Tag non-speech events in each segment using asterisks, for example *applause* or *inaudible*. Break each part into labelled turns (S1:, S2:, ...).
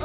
S1: A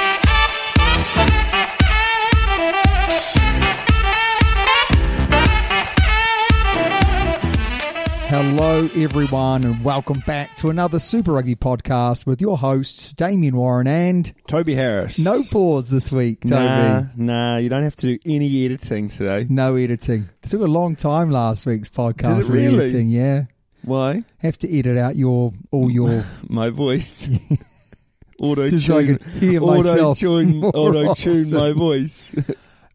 S2: Hello, everyone, and welcome back to another Super Rugby podcast with your hosts, Damien Warren and
S3: Toby Harris.
S2: No pause this week, Toby.
S3: Nah, nah, you don't have to do any editing today.
S2: No editing. It took a long time last week's podcast.
S3: Did it really?
S2: Editing, yeah.
S3: Why?
S2: Have to edit out your all
S3: *laughs*
S2: your *laughs*
S3: My voice. auto
S2: Just so I
S3: tune.
S2: can hear
S3: Auto
S2: myself *laughs*
S3: tune.
S2: more
S3: Auto tune
S2: often.
S3: my
S2: *laughs*
S3: voice.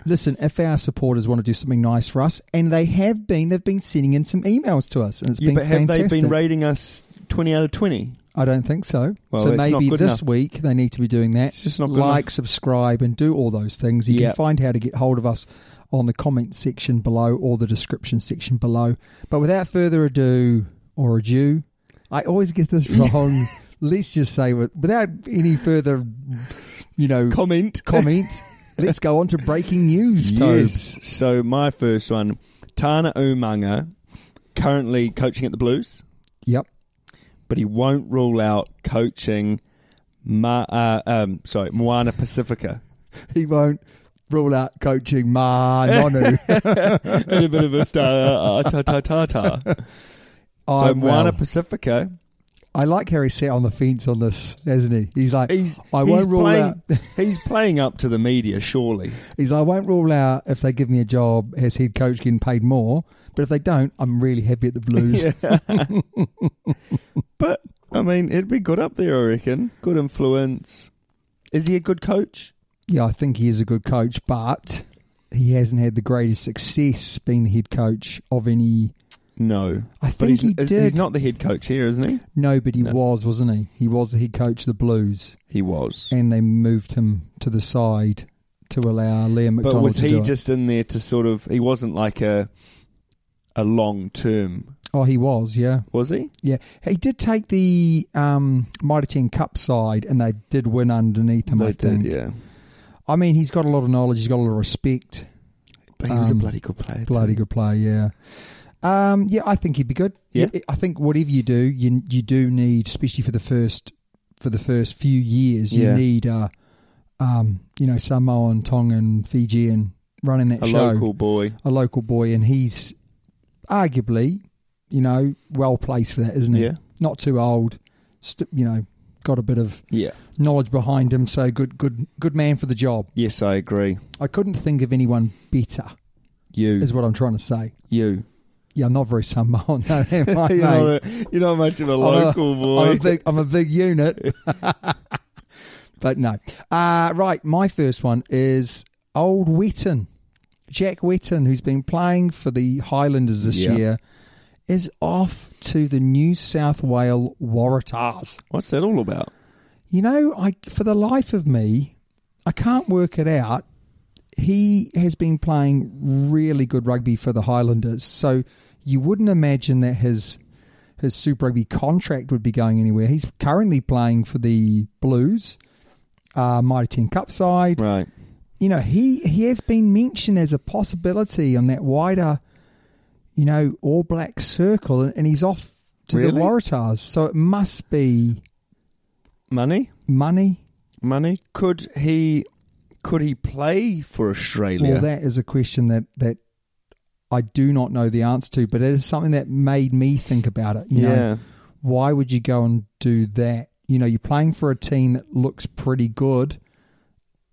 S2: Listen, if our supporters want to do something nice for us, and they have been, they've been sending in some emails to us, and it's
S3: yeah,
S2: been
S3: but have
S2: fantastic.
S3: they been rating us twenty out of twenty?
S2: I don't think so.
S3: Well,
S2: so
S3: it's not
S2: maybe
S3: good
S2: this
S3: enough.
S2: week they need to be doing that.
S3: It's just not good
S2: like,
S3: enough.
S2: subscribe, and do all those things. You
S3: Yeah.
S2: can find how to get hold of us on the comment section below or the description section below. But without further ado or ado, I always get
S3: *laughs*
S2: this wrong. let's just say with- without any further, you know,
S3: Comment. *laughs*
S2: comment. let's go on to breaking news. Tobe.
S3: Yes. So my first one, Tana Umanga, currently coaching at the Blues,
S2: Yep.
S3: but he won't rule out coaching. Ma, uh, um, sorry, Moana Pacifica.
S2: He won't rule out coaching Ma Nonu.
S3: and a bit of a star, uh, ta ta ta ta. *laughs* So
S2: Oh,
S3: Moana
S2: well.
S3: Pacifica.
S2: I like how he sat on the fence on this, hasn't he? He's like,
S3: He's,
S2: I
S3: he's
S2: won't rule
S3: playing,
S2: out. *laughs*
S3: he's playing up to the media, surely.
S2: He's like, I won't rule out if they give me a job as head coach getting paid more, but if they don't, I'm really happy at the
S3: *laughs*
S2: Blues.
S3: But I mean, it'd be good up there, I reckon. Good influence. Is he a good coach?
S2: Yeah, I think he is a good coach, but he hasn't had the greatest success being the head coach of any.
S3: No,
S2: I
S3: but
S2: think
S3: he's,
S2: he
S3: is-
S2: did.
S3: He's not the head coach here, isn't he?
S2: Nobody was, wasn't he? He was the head coach of the Blues,
S3: He was.
S2: and they moved him to the side to allow Liam McDonald
S3: But was
S2: to do
S3: he
S2: it.
S3: just in there to sort of? He wasn't like a a long term,
S2: Oh, he was, yeah.
S3: was he?
S2: Yeah, he did take the um, Mitre 10 Cup side, and they did win underneath him. I
S3: They
S2: think.
S3: did, yeah.
S2: I mean, he's got a lot of knowledge. He's got a lot of respect.
S3: But he was
S2: Um,
S3: a bloody good player. too.
S2: Bloody good player, yeah. Um, yeah, I think he'd be good.
S3: Yeah.
S2: I think whatever you do, you you do need, especially for the first for the first few years, you
S3: Yeah.
S2: need, uh, um, you know, Samoan, Tongan, Fijian running that
S3: a
S2: show,
S3: local boy.
S2: a local boy, and he's arguably, you know, well placed for that, isn't he?
S3: Yeah.
S2: Not too old, st- you know, got a bit of
S3: Yeah.
S2: knowledge behind him, so good, good, good man for the job.
S3: Yes, I agree.
S2: I couldn't think of anyone better,
S3: You,
S2: is what I'm trying to say. *laughs*
S3: you.
S2: Yeah, I'm not very Samoan, though, am I,
S3: *laughs* you're,
S2: mate?
S3: not a- you're not much of a local
S2: I'm a,
S3: boy.
S2: I'm a big, I'm a big unit.
S3: *laughs*
S2: but no. Uh, right, my first one is old Wetton. Jack Wetton, who's been playing for the Highlanders this
S3: Yeah.
S2: year, is off to the New South Wales Waratahs.
S3: What's that all about?
S2: You know, I for the life of me, I can't work it out. He has been playing really good rugby for the Highlanders, so you wouldn't imagine that his his Super Rugby contract would be going anywhere. He's currently playing for the Blues, uh, Mighty Ten Cup side.
S3: Right.
S2: You know, he, he has been mentioned as a possibility on that wider, you know, All Black circle, and, and he's off to the
S3: Really?
S2: Waratahs. So it must be
S3: Money?
S2: money.
S3: Money? Could he could he play for Australia?
S2: Well, that is a question that that I do not know the answer to, but it is something that made me think about it. You
S3: Yeah.
S2: know, why would you go and do that? You know, you're playing for a team that looks pretty good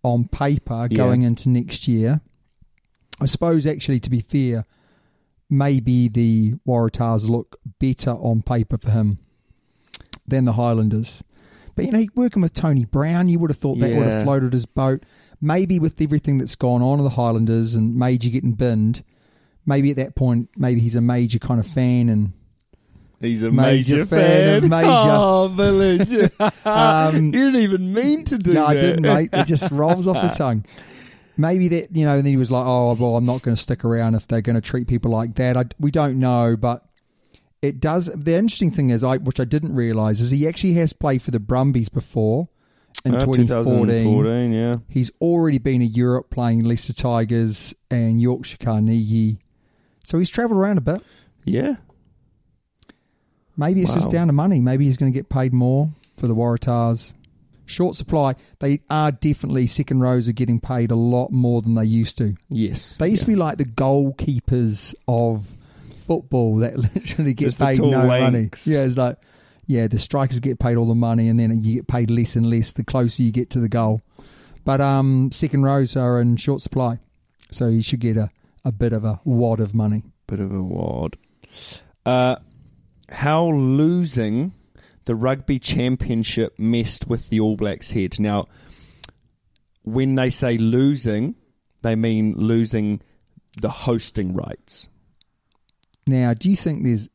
S2: on paper
S3: Yeah.
S2: going into next year. I suppose, actually, to be fair, maybe the Waratahs look better on paper for him than the Highlanders. But you know, working with Tony Brown, you would have thought that would
S3: Yeah.
S2: have floated his boat. Maybe with everything that's gone on in the Highlanders and Major getting binned, maybe at that point, maybe he's a major kind of fan and
S3: He's a
S2: Major
S3: major,
S2: fan of Major.
S3: *laughs* Oh, village.
S2: *laughs* Um,
S3: you didn't even mean to do
S2: no,
S3: that.
S2: I didn't, mate. It just rolls off the tongue. Maybe that you know, and then he was like, "Oh, well, I'm not going to stick around if they're going to treat people like that." I, we don't know, but it does. The interesting thing is, I which I didn't realize is he actually has played for the Brumbies before in
S3: Uh,
S2: 2014.
S3: 2014, yeah.
S2: He's already been to Europe playing Leicester Tigers and Yorkshire Carnegie, so he's travelled around a bit.
S3: *laughs* Yeah.
S2: Maybe it's just
S3: Wow.
S2: down to money. Maybe he's going to get paid more for the Waratahs. Short supply. They are definitely second rows are getting paid a lot more than they used to.
S3: Yes.
S2: They used
S3: yeah.
S2: to be like the goalkeepers of football that *laughs* literally get
S3: Just the
S2: paid
S3: tall
S2: no money.
S3: wanks.
S2: Yeah, it's like yeah, the strikers get paid all the money, and then you get paid less and less the closer you get to the goal. But um, second rows are in short supply, so you should get a, a bit of a wad of money.
S3: bit of a wad. Uh, how losing the rugby championship messed with the All Blacks' head. Now, when they say losing, they mean losing the hosting rights.
S2: Now, do you think there's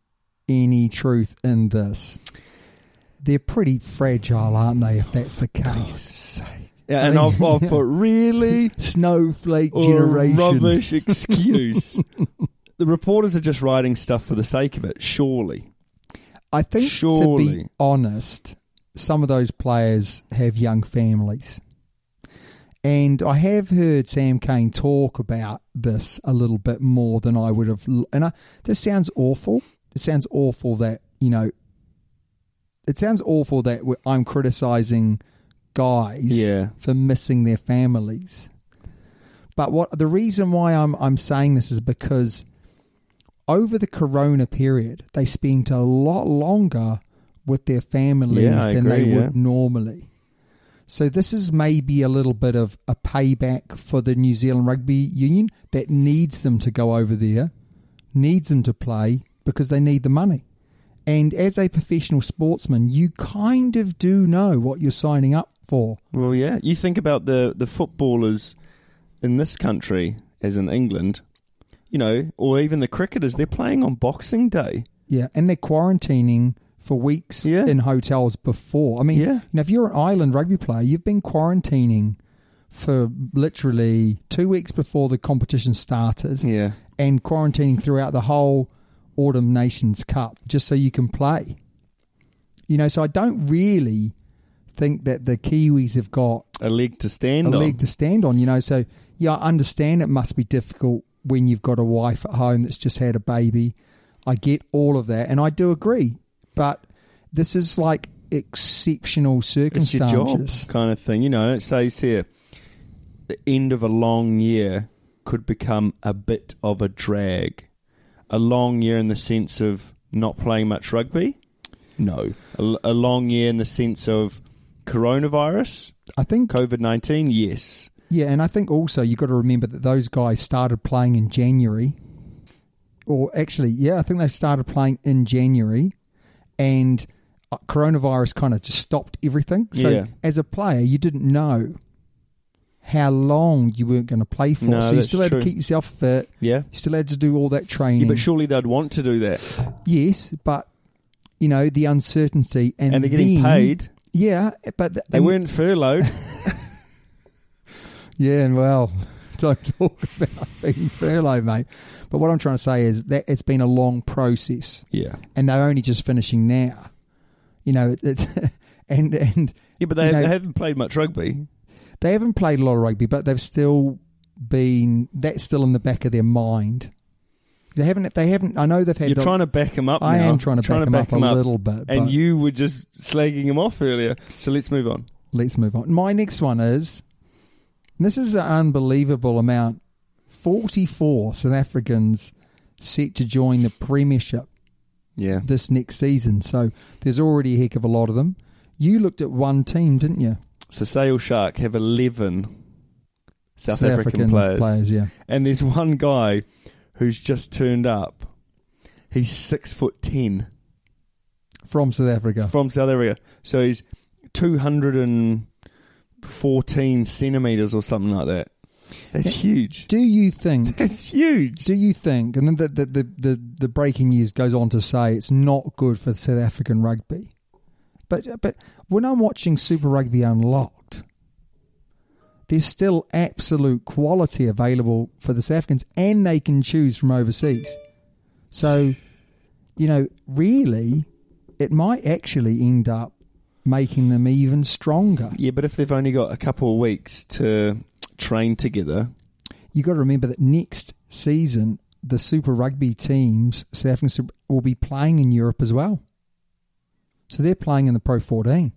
S2: any truth in this? They're pretty fragile, aren't they, if that's the case?
S3: Yeah, And I've, I've put really
S2: Snowflake
S3: or
S2: generation.
S3: Oh, rubbish excuse. the reporters are just writing stuff for the sake of it, surely.
S2: I think, to be
S3: Surely.
S2: honest, some of those players have young families. And I have heard Sam Kane talk about this a little bit more than I would have. l- And I, this sounds awful. It sounds awful that, you know, it sounds awful that we- I'm criticizing guys
S3: Yeah.
S2: for missing their families. But what the reason why I'm I'm saying this is because over the corona period, they spent a lot longer with their families
S3: Yeah, I
S2: than they
S3: agree, yeah.
S2: would normally. So this is maybe a little bit of a payback for the New Zealand Rugby Union that needs them to go over there, needs them to play because they need the money. And as a professional sportsman, you kind of do know what you're signing up for.
S3: Well, yeah. You think about the, the footballers in this country, as in England, you know, or even the cricketers, they're playing on Boxing Day.
S2: Yeah, and they're quarantining for weeks
S3: Yeah.
S2: in hotels before. I mean,
S3: Yeah.
S2: you know, if you're an Ireland rugby player, you've been quarantining for literally two weeks before the competition started
S3: Yeah.
S2: and quarantining throughout the whole Autumn Nations Cup just so you can play. You know, so I don't really think that the Kiwis have got
S3: A leg to stand
S2: a
S3: on.
S2: leg to stand on, you know. So yeah, I understand it must be difficult when you've got a wife at home that's just had a baby. I get all of that, and I do agree. But this is like exceptional
S3: it's your job
S2: circumstances.
S3: kind of thing. You know, it says here the end of a long year could become a bit of a drag. A long year in the sense of not playing much rugby? No. A, a long year in the sense of coronavirus,
S2: I think,
S3: COVID 19? Yes.
S2: yeah, and I think also you've got to remember that those guys started playing in January, or actually, yeah, I think they started playing in January, and uh, coronavirus kind of just stopped everything. So
S3: Yeah.
S2: as a player, you didn't know how long you weren't going to play for.
S3: No,
S2: so you
S3: that's
S2: still had
S3: true.
S2: to keep yourself fit.
S3: Yeah.
S2: You still had to do all that training.
S3: Yeah, but surely they'd want to do that.
S2: Yes, but you know the uncertainty and,
S3: And they're getting
S2: then-
S3: paid.
S2: Yeah, but th-
S3: They
S2: and- *laughs*
S3: weren't furloughed.
S2: Yeah, and well, *laughs* don't talk about being furloughed, mate. But what I'm trying to say is that it's been a long process.
S3: Yeah.
S2: And they're only just finishing now. You know, it, *laughs* it's and and
S3: Yeah, but they,
S2: you know,
S3: they haven't played much rugby.
S2: they haven't played a lot of rugby, but they've still been that's still in the back of their mind. They haven't. They haven't. I know they've had.
S3: You're trying to back him up.
S2: I
S3: now.
S2: am trying to back 'em up a little bit,
S3: and
S2: but-
S3: you were just slagging him off earlier. So let's move on.
S2: Let's move on. My next one is. and This is an unbelievable amount. Forty-four South Africans set to join the Premiership
S3: Yeah,
S2: this next season. So there's already a heck of a lot of them. You looked at one team, didn't you?
S3: So Sale Shark have 11 South,
S2: South
S3: African,
S2: African
S3: players.
S2: players, yeah.
S3: And there's one guy who's just turned up. He's six foot ten
S2: From South Africa.
S3: from South Africa. So he's 214 centimetres or something like that. That's huge.
S2: Do you think
S3: That's huge.
S2: Do you think, and then the, the, the, the, the breaking news goes on to say it's not good for South African rugby. But, but when I'm watching Super Rugby Unlocked, there's still absolute quality available for the South Africans, and they can choose from overseas. So, you know, really, it might actually end up making them even stronger.
S3: Yeah, but if they've only got a couple of weeks to train together,
S2: you got to remember that next season the Super Rugby teams, South African Super, will be playing in Europe as well. So they're playing in the Pro 14.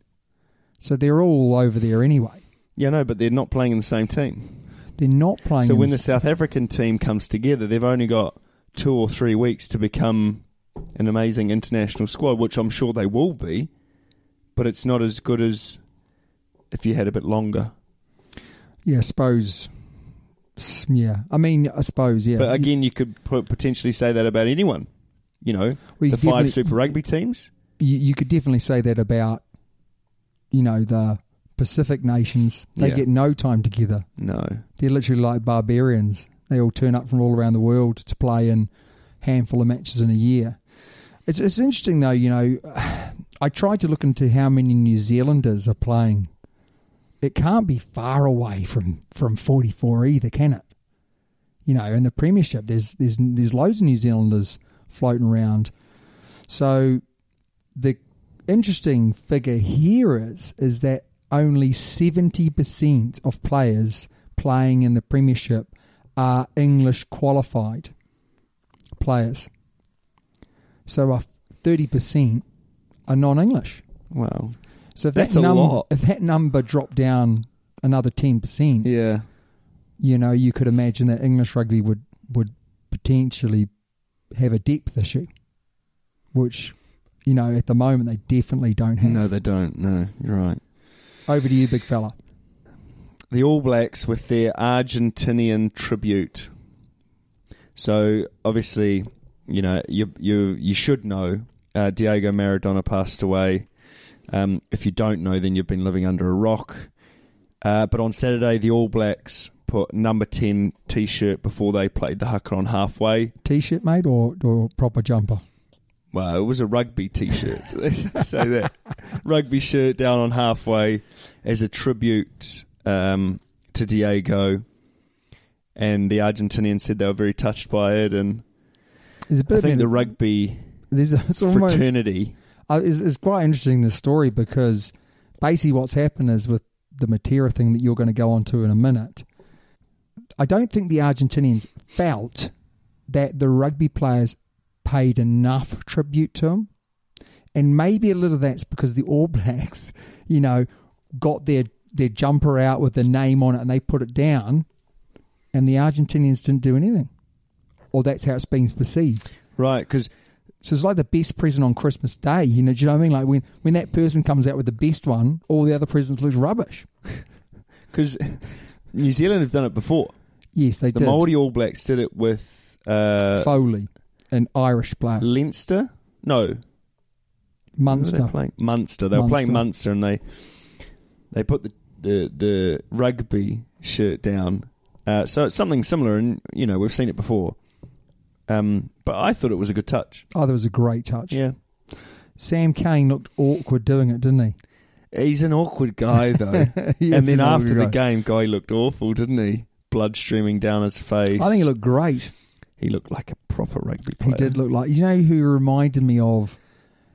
S2: So they're all over there anyway.
S3: yeah, no, but they're not playing in the same team.
S2: They're not playing.
S3: So
S2: in
S3: when
S2: the
S3: the South African team comes together, they've only got two or three weeks to become an amazing international squad, which I'm sure they will be, but it's not as good as if you had a bit longer.
S2: yeah, I suppose. s- Yeah, I mean, I suppose. Yeah,
S3: But again, you could po- potentially say that about anyone. You know,
S2: Well, you
S3: the five
S2: definitely-
S3: Super Rugby teams.
S2: you, you could definitely say that about, you know, the Pacific nations. They
S3: Yeah.
S2: get no time together.
S3: No,
S2: They're literally like barbarians. They all turn up from all around the world to play in handful of matches in a year. It's it's interesting though, you know. *sighs* I tried to look into how many New Zealanders are playing. It can't be far away from from forty four either, can it? You know, in the Premiership, there's there's there's loads of New Zealanders floating around. So the interesting figure here is is that only 70% of players playing in the premiership are english qualified players so a 30% are non-english
S3: wow,
S2: so if
S3: That's
S2: that
S3: a
S2: num-
S3: lot.
S2: if that number dropped down another 10%
S3: yeah,
S2: you know you could imagine that english rugby would would potentially have a depth issue which you know at the moment they definitely don't have
S3: they don't. No, you're right.
S2: Over to you, big fella.
S3: the All Blacks with their Argentinian tribute. So obviously, you know you you you should know uh, Diego Maradona passed away. Um, if you don't know, then you've been living under a rock. Uh, but on Saturday, the All Blacks put number ten T-shirt before they played the hooker on halfway.
S2: T-shirt, mate, or or proper jumper?
S3: Well, it was a rugby T-shirt. *laughs* so that rugby shirt down on halfway as a tribute um, to Diego, and the Argentinians said they were very touched by it, and
S2: There's a bit
S3: I
S2: of
S3: think
S2: an-
S3: the rugby
S2: there's a- *laughs* it's almost
S3: fraternity.
S2: uh, it's, it's quite interesting this story because basically what's happened is with the Matera thing that you're going to go on to in a minute. I don't think the Argentinians felt that the rugby players paid enough tribute to him, and maybe a little of that's because the All *laughs* Blacks, you know, got their their jumper out with the name on it and they put it down, and the Argentinians didn't do anything, or that's how it's been perceived.
S3: Right, because
S2: So it's like the best present on Christmas Day. You know, do you know what I mean? Like when, when that person comes out with the best one, all the other presents look rubbish.
S3: New Zealand have done it before.
S2: Yes, they
S3: The
S2: did.
S3: Maori All Blacks did it with uh,
S2: Foley, an Irish player,
S3: Leinster. No, Who Were
S2: Munster.
S3: they playing? Munster. They were
S2: Munster.
S3: playing Munster, and they they put the the, the rugby shirt down. Uh, so it's something similar, and you know we've seen it before. Um, but I thought it was a good touch.
S2: Oh, that was a great touch.
S3: Yeah,
S2: Sam Kane looked awkward doing it, didn't
S3: he's an awkward guy though.
S2: *laughs* he? He is
S3: *laughs* and
S2: an
S3: then
S2: awkward
S3: after the
S2: guy.
S3: game, guy looked awful, didn't he? blood streaming down his face.
S2: I think he looked great.
S3: He looked like a proper rugby player.
S2: He did look like you know who he reminded me of.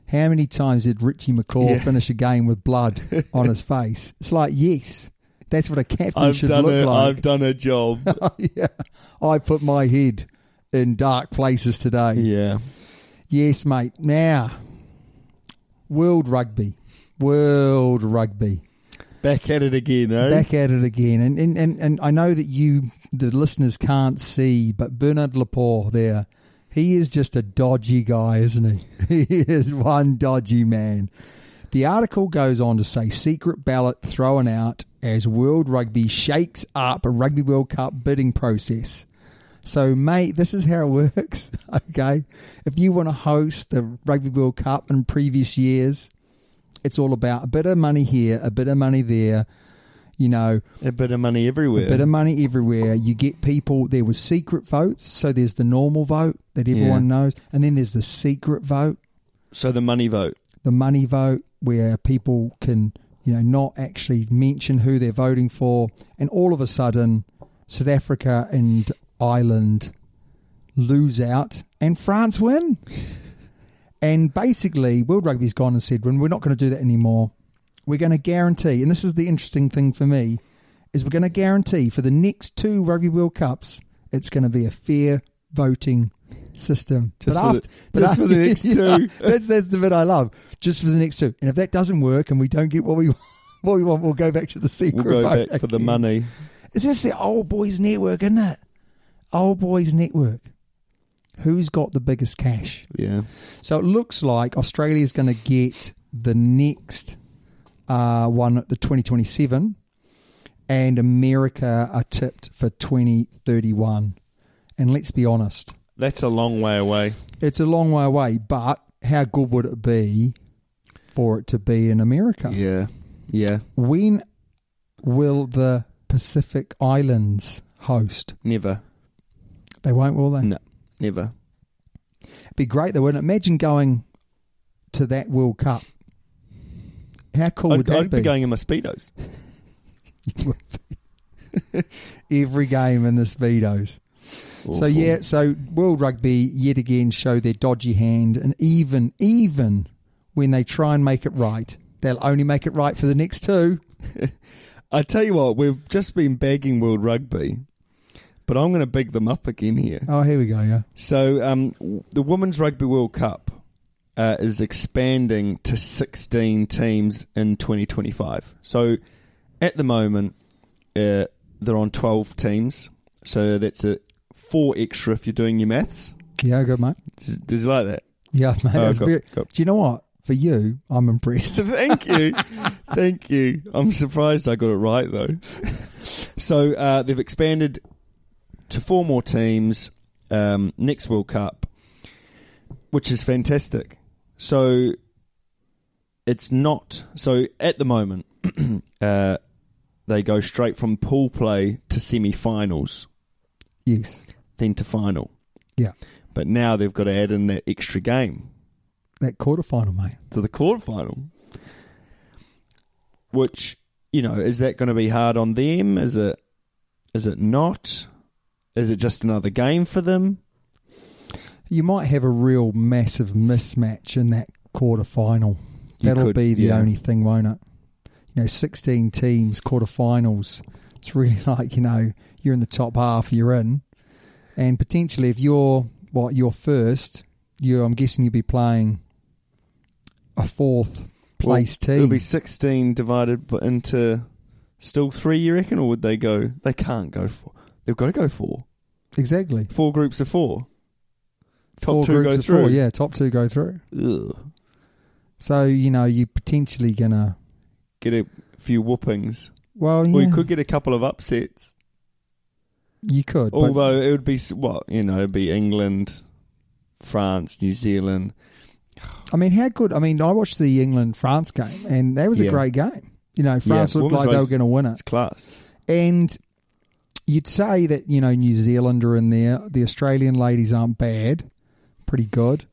S2: How many times did Richie McCaw
S3: Yeah.
S2: finish a game with blood on
S3: *laughs*
S2: his face? It's like yes, that's what a captain
S3: I've
S2: should
S3: done
S2: look
S3: a,
S2: like.
S3: have done
S2: *laughs*
S3: a job.
S2: yeah, I put my head in dark places today.
S3: yeah.
S2: Yes, mate. Now, World Rugby, World Rugby,
S3: Back at it again, eh?
S2: back at it again. And and, and and I know that you, the listeners, can't see, but Bernard Laporte there, he is just a dodgy guy, isn't he? *laughs* He is one dodgy man. The article goes on to say secret ballot thrown out as World Rugby shakes up a Rugby World Cup bidding process. So, mate, this is how it *laughs* works. Okay. If you want to host the Rugby World Cup in previous years, it's all about a bit of money here, a bit of money there, you know,
S3: A bit of money everywhere.
S2: a bit of money everywhere. You get people, there was secret votes. So there's the normal vote that everyone knows. And then there's the secret vote,
S3: so the money vote.
S2: the money vote, where people can, you know, not actually mention who they're voting for. And all of a sudden, South Africa and Ireland lose out and France
S3: *laughs*
S2: win. And basically, World Rugby's gone and said, "When we're not going to do that anymore, we're going to guarantee." And this is the interesting thing for me is we're going to guarantee for the next two Rugby World Cups, it's going to be a fair voting system.
S3: Just for the- just for
S2: *laughs*
S3: the next two.
S2: that's that's the bit I love. Just for the next two. And if that doesn't work and we don't get what we *laughs* what we want, we'll go back to the secret
S3: We'll go
S2: vote
S3: back for the
S2: again.
S3: money.
S2: It's just the old boys network, isn't it? Old boys network. Who's got the biggest cash?
S3: Yeah.
S2: So it looks like Australia's going to get the next uh, one at the 2027, and America are tipped for 2031. And let's be honest,
S3: That's a long way away.
S2: it's a long way away, but how good would it be for it to be in America?
S3: Yeah. Yeah.
S2: When will the Pacific Islands host?
S3: Never.
S2: They won't, will they?
S3: No. Never.
S2: It'd be great though, wouldn't it? Imagine going to that World Cup. How cool would
S3: I'd,
S2: that
S3: I'd be going in my speedos.
S2: every game in the speedos. So
S3: Awful.
S2: yeah, so World Rugby yet again show their dodgy hand, and even even when they try and make it right, they'll only make it right for the next two.
S3: I tell you what, we've just been bagging World Rugby, but I'm going to big them up again here.
S2: Oh, here we go. Yeah,
S3: So um, w- the Women's Rugby World Cup uh, is expanding to 16 teams in 2025. So at the moment, uh, they're on 12 teams. So that's a four extra if you're doing your maths.
S2: yeah, good mate.
S3: Did did you like that? *laughs*
S2: Yeah, *laughs* mate.
S3: Oh,
S2: that's
S3: go-
S2: very-
S3: go.
S2: Do you know what? For you, I'm impressed. *laughs*
S3: Thank you. Thank you. I'm surprised I got it right, though. *laughs* So uh, they've expanded to four more teams um, next World Cup, which is fantastic. So it's not. So at the moment, *clears throat* uh, they go straight from pool play to semi finals,
S2: yes,
S3: then to final.
S2: yeah.
S3: But now they've got to add in that extra game
S2: That quarterfinal, mate.
S3: to the quarterfinal. Which you know is that going to be hard on them? Is it? Is it not? Is it just another game for them?
S2: You might have a real massive mismatch in that quarterfinal.
S3: You
S2: That'll
S3: could-
S2: be the
S3: yeah.
S2: only thing, won't it? You know, 16 teams, quarterfinals. It's really *laughs* like, you know, you're in the top half, you're in. And potentially, if you're, what, you're first, you I'm guessing you'll be playing a fourth place
S3: Well,
S2: team.
S3: It'll be sixteen divided b- into still three. You reckon, or would they go? They can't go four. They've got to go four.
S2: exactly.
S3: Four groups of four. Top
S2: four
S3: two
S2: groups
S3: go
S2: of
S3: through.
S2: four. Yeah, top two go through.
S3: Ugh.
S2: So, you know, you're potentially going to,
S3: Get a few whoopings.
S2: well, yeah,
S3: Or you could get a couple of upsets.
S2: You could. but-
S3: Although it would be s- what you know, it'd be England, France, New Zealand.
S2: I mean, how good? I mean, I watched the England France game, and that was
S3: Yeah.
S2: a great game. You know, France
S3: Yeah,
S2: looked
S3: women's
S2: like they were
S3: race-
S2: going to win it,
S3: It's class.
S2: and you'd say that you know New Zealand are in there. The Australian ladies aren't bad, pretty good.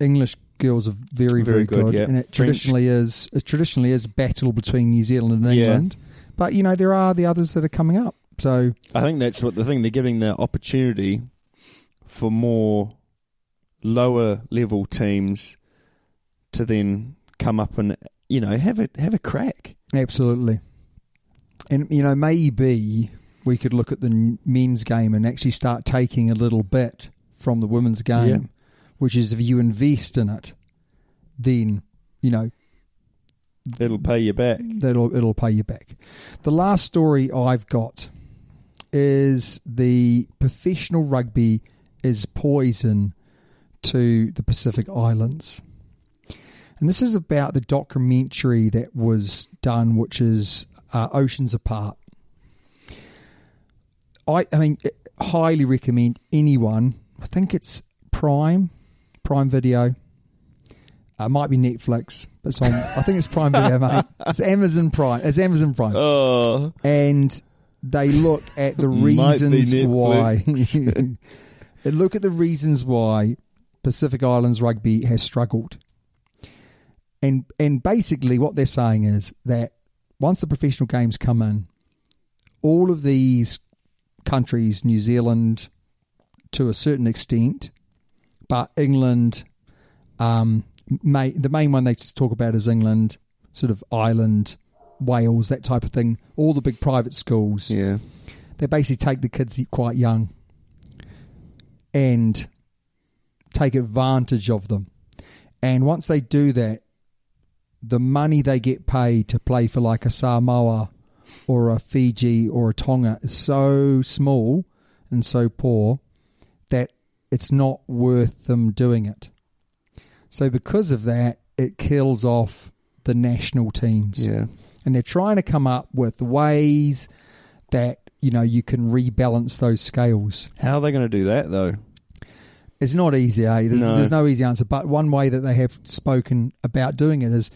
S2: English girls are very, very,
S3: Very good,
S2: good,
S3: yeah.
S2: and it
S3: French-
S2: traditionally is it traditionally is a battle between New Zealand and
S3: Yeah.
S2: England. But you know, there are the others that are coming up. So
S3: I think that's what the thing they're giving the opportunity for more lower level teams to then come up and you know have a have a crack.
S2: Absolutely. And, you know, maybe we could look at the men's game and actually start taking a little bit from the women's game,
S3: Yeah.
S2: which is if you invest in it, then, you know,
S3: It'll pay you back.
S2: that'll it'll pay you back. The last story I've got is the professional rugby is poison to the Pacific Islands. And this is about the documentary that was done, which is uh, Oceans Apart. I, I mean, eh, highly recommend anyone. I think it's Prime, Prime Video. Uh, it might be Netflix, but it's on. I think it's Prime Video,
S3: *laughs*
S2: mate. It's Amazon Prime. It's Amazon Prime,
S3: Oh,
S2: and they look at the
S3: Might be
S2: reasons why. *laughs* they look at the reasons why Pacific Islands rugby has struggled, and and basically what they're saying is that once the professional games come in, all of these countries, New Zealand, to a certain extent, but England, um, ma the main one they talk about is England, sort of Ireland, Wales, that type of thing. All the big private schools,
S3: yeah.
S2: they basically take the kids quite young and take advantage of them. And once they do that, the money they get paid to play for like a Samoa or a Fiji or a Tonga is so small and so poor that it's not worth them doing it. So because of that, it kills off the national teams.
S3: Yeah.
S2: And they're trying to come up with ways that, you know, you can rebalance those scales.
S3: How are they going to do that though?
S2: It's not easy, eh? There's
S3: No.
S2: no. there's no easy answer. But one way that they have spoken about doing it is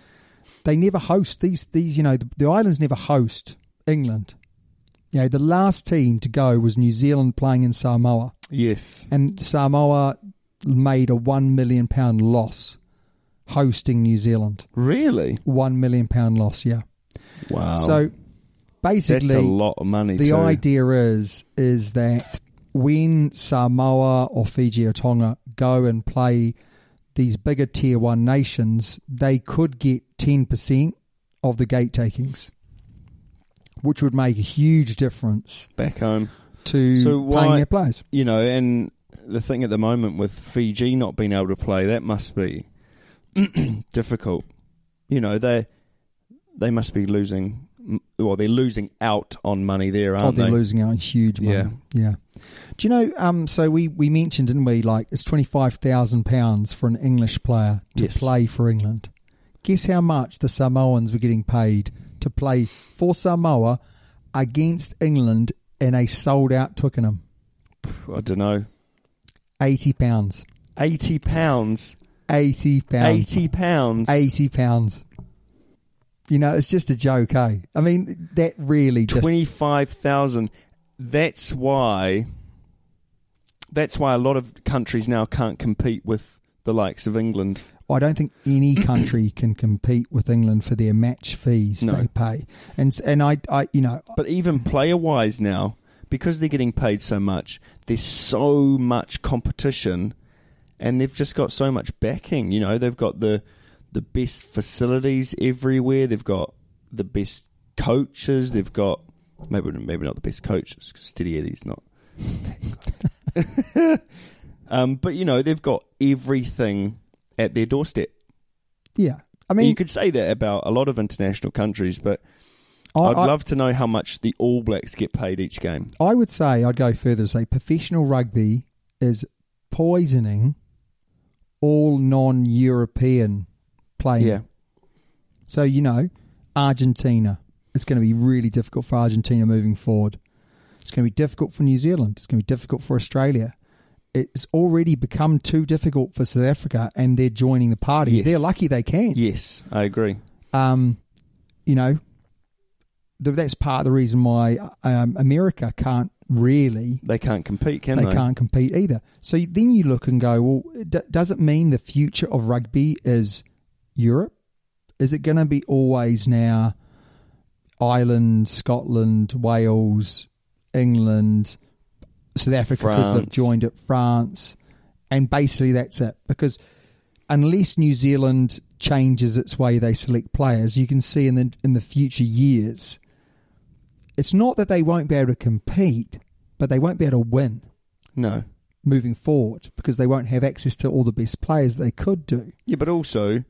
S2: they never host these these you know the, the islands never host England. You know, the last team to go was New Zealand playing in Samoa,
S3: Yes.
S2: and Samoa made a one million pound loss hosting New Zealand.
S3: Really?
S2: One million pound loss, yeah.
S3: Wow.
S2: So basically,
S3: that's a lot of money.
S2: the
S3: too.
S2: idea is is that when Samoa or Fiji or Tonga go and play these bigger tier one nations, they could get ten percent of the gate takings, which would make a huge difference
S3: back home.
S2: to
S3: So why-
S2: paying their players.
S3: you know, and the thing at the moment with Fiji not being able to play, that must be *clears throat* difficult. You know, they they must be losing. Well, they're losing out on money there,
S2: Oh,
S3: aren't
S2: they're
S3: they?
S2: losing out on huge money.
S3: Yeah.
S2: yeah. Do you know? Um, so we we mentioned, didn't we? Like it's twenty five thousand pounds for an English player to
S3: Yes.
S2: play for England. Guess how much the Samoans were getting paid to play for Samoa against England in a sold out Twickenham?
S3: I don't know.
S2: Eighty pounds.
S3: Eighty pounds.
S2: Eighty pounds.
S3: Eighty pounds.
S2: Eighty pounds. You know, it's just a joke, eh? I mean, that really just
S3: Twenty-five thousand. That's why. That's why a lot of countries now can't compete with the likes of England.
S2: I don't think
S3: *clears throat*
S2: any country can compete with England for their match fees
S3: No.
S2: they pay. And and I, I you know
S3: But even player wise now, because they're getting paid so much, there's so much competition and they've just got so much backing. You know, they've got the the best facilities everywhere, they've got the best coaches, they've got maybe maybe not the best coaches because Steadietti's not that good. *laughs* um, but you know, they've got everything at their doorstep.
S2: yeah. I
S3: And
S2: mean,
S3: you could say that about a lot of international countries, but
S2: I,
S3: I'd
S2: I-
S3: love to know how much the All Blacks get paid each game.
S2: I would say I'd go further to say professional rugby is poisoning all non-European playing.
S3: Yeah.
S2: So you know, Argentina. It's going to be really difficult for Argentina moving forward. It's going to be difficult for New Zealand. It's going to be difficult for Australia. It's already become too difficult for South Africa, and they're joining the party.
S3: Yes.
S2: They're lucky they can.
S3: Yes, I agree.
S2: Um, you know, th- that's part of the reason why um, America can't really
S3: They can't compete, can
S2: they
S3: they?
S2: can't compete either. So you- then you look and go, well, d- does it mean the future of rugby is Europe? Is it going to be always now Ireland, Scotland, Wales, England, South Africa because they've
S3: France.
S2: joined it, France, and basically that's it. Because unless New Zealand changes its way they select players, you can see in the in the future years, it's not that they won't be able to compete, but they won't be able to win
S3: No.
S2: moving forward because they won't have access to all the best players they could do.
S3: Yeah, but also,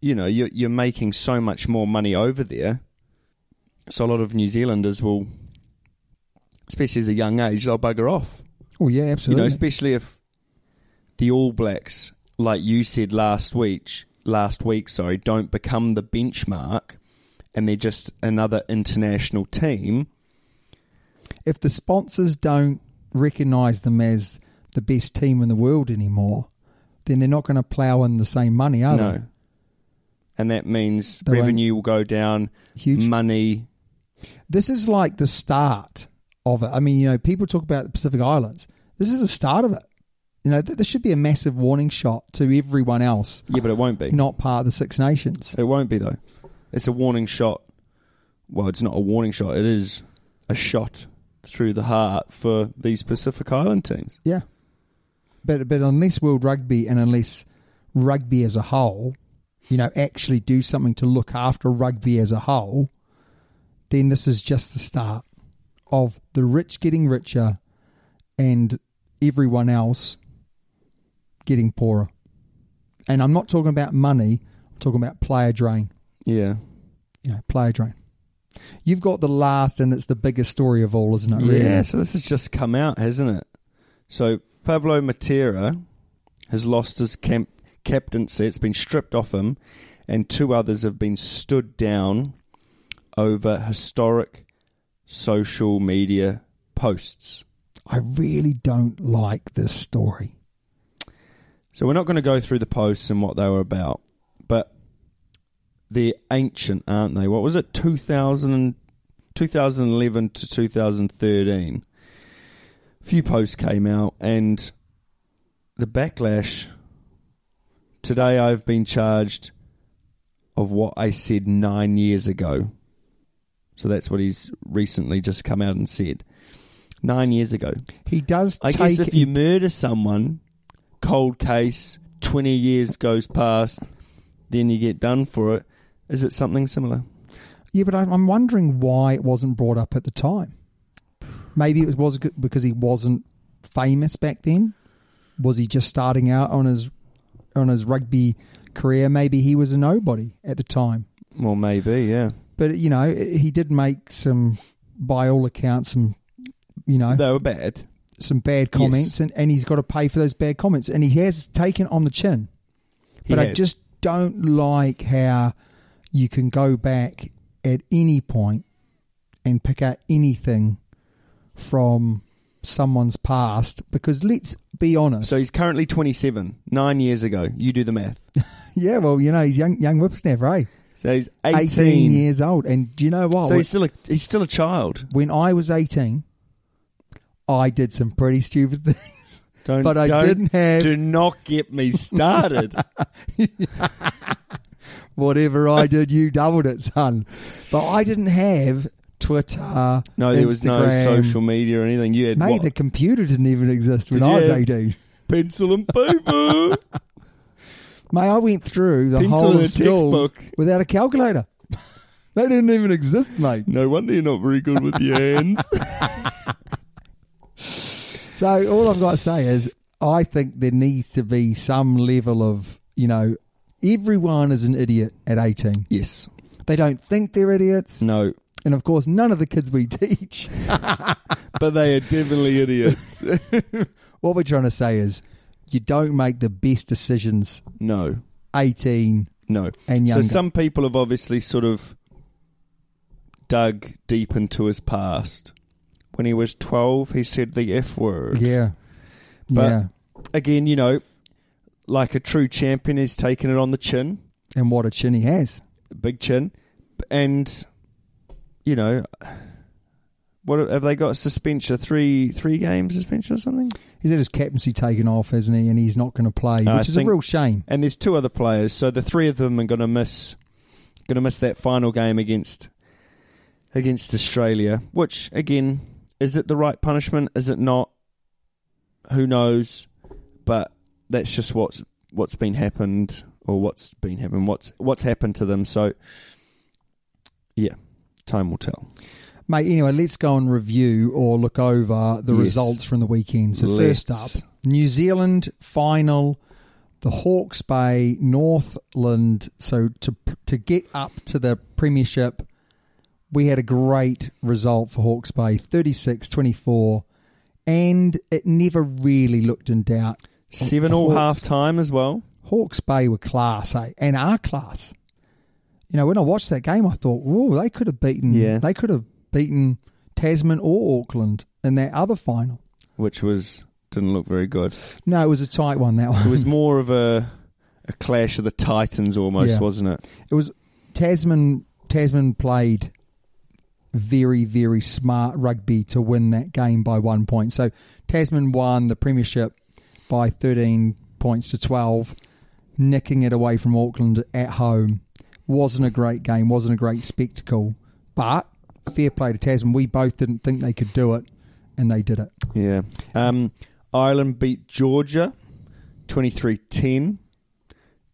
S3: you know, you're, you're making so much more money over there. So a lot of New Zealanders will, especially as a young age, they'll bugger off.
S2: Oh yeah,
S3: You
S2: absolutely.
S3: know, especially if the All Blacks, like you said last week, last week, sorry, don't become the benchmark, and they're just another international team.
S2: if the sponsors don't recognise them as the best team in the world anymore, then they're not going to plough in the same money, are
S3: no,
S2: they?
S3: and that means
S2: They won't-
S3: revenue will go down,
S2: Huge.
S3: money.
S2: This is like the start of it. I mean, you know, people talk about the Pacific Islands. This is the start of it. You know, th- this should be a massive warning shot to everyone else
S3: Yeah, but it won't be.
S2: not part of the Six Nations.
S3: It won't be though. It's a warning shot. Well, it's not a warning shot. It is a shot through the heart for these Pacific Island teams.
S2: Yeah. But but unless World Rugby and unless rugby as a whole, you know, actually do something to look after rugby as a whole, then this is just the start of the rich getting richer and everyone else getting poorer. And I'm not talking about money, I'm talking about player drain.
S3: Yeah.
S2: You know, player drain. You've got the last and it's the biggest story of all, isn't it? Really?
S3: Yeah, so this has just come out, hasn't it? So Pablo Matera has lost his camp- captaincy. It's been stripped off him, and two others have been stood down over historic social media posts.
S2: I really don't like this story.
S3: So we're not going to go through the posts and what they were about, but they're ancient, aren't they? What was it? 2000, and- 2011 to 2013. A few posts came out, and the backlash. Today I've been charged of what I said nine years ago. So that's what he's recently just come out and said. Nine years ago.
S2: He does
S3: I
S2: take
S3: guess if you murder someone, cold case, 20 years goes past, then you get done for it. Is it something similar?
S2: Yeah, but I'm I'm wondering why it wasn't brought up at the time. Maybe it was, was good because he wasn't famous back then. Was he just starting out on his on his rugby career? Maybe he was a nobody at the time.
S3: Well, maybe, yeah.
S2: But you know, he did make some, by all accounts, some you know
S3: They were bad.
S2: some bad comments, and, and he's got to pay for those bad comments, and he has taken on the chin.
S3: He
S2: But I
S3: has.
S2: just don't like how you can go back at any point and pick out anything from someone's past because let's be honest.
S3: So he's currently 27, nine years ago. You do the math.
S2: yeah, well, you know, he's young, young whippersnapper, eh?
S3: So he's 18.
S2: 18. years old. And do you know what?
S3: So he's still a, he's still a child.
S2: when I was 18, I did some pretty stupid *laughs* things.
S3: Don't,
S2: But I
S3: don't-
S2: didn't have-
S3: Do not get
S2: *laughs*
S3: me started.
S2: whatever I did, you doubled it, son. But I didn't have Twitter.
S3: no, there was no
S2: Instagram.
S3: social media or anything. You had
S2: Mate,
S3: what?
S2: the computer didn't even exist when
S3: Did
S2: I was
S3: you?
S2: eighteen.
S3: pencil and paper.
S2: *laughs* Mate, I went through the
S3: Pencil
S2: whole
S3: and
S2: of
S3: a
S2: school
S3: textbook.
S2: without a calculator. *laughs* they didn't even exist, mate.
S3: no wonder you're not very good with your hands. *laughs*
S2: So all I've got to say is, I think there needs to be some level of, you know, everyone is an idiot at eighteen.
S3: yes.
S2: They don't think they're idiots,
S3: No,
S2: and of course, none of the kids we *laughs* teach
S3: but they are
S2: *laughs*
S3: definitely idiots.
S2: What we're trying to say is you don't make the best decisions
S3: no,
S2: 18.
S3: no.
S2: And
S3: so
S2: younger.
S3: some people have obviously sort of dug deep into his past. When he was 12, he said the F word.
S2: Yeah.
S3: But-
S2: yeah.
S3: Again, you know, like a true champion, he's taken it on the chin,
S2: And what a chin he has.
S3: big chin. And, you know, what have they got? Suspension, three three game suspension or something?
S2: He's had his captaincy taken off, hasn't he? And he's not going to play,
S3: I
S2: which is
S3: think-
S2: a real shame.
S3: and there's two other players, so the three of them are going to miss going to miss that final game against against Australia, which again Is it the right punishment? Is it not? Who knows? But that's just what's what's been happened or what's been happened. What's what's happened to them. So yeah, time will tell.
S2: Mate, anyway, let's go and review or look over the
S3: Yes.
S2: results from the weekend. So,
S3: Let's.
S2: first up, New Zealand final, the Hawke's Bay, Northland. So, to, to get up to the Premiership, we had a great result for Hawke's Bay 36 24, and it never really looked in doubt.
S3: Seven
S2: The
S3: all half
S2: Hawks-
S3: time as well.
S2: Hawke's Bay were class, eh? And our class. You know, when I watched that game, I thought, "Whoa, they could have beaten.
S3: Yeah.
S2: They could have beaten Tasman or Auckland in that other final."
S3: which was didn't look very good.
S2: No, it was a tight one. That one.
S3: It was more of a a clash of the titans almost,
S2: Yeah.
S3: wasn't it?
S2: It was Tasman. Tasman played very, very smart rugby to win that game by one point. So Tasman won the premiership by thirteen points to twelve, nicking it away from Auckland at home. Wasn't a great game. Wasn't a great spectacle. But fair play to Tasman. We both didn't think they could do it, and they did it.
S3: Yeah. Um, Ireland beat Georgia 23-10,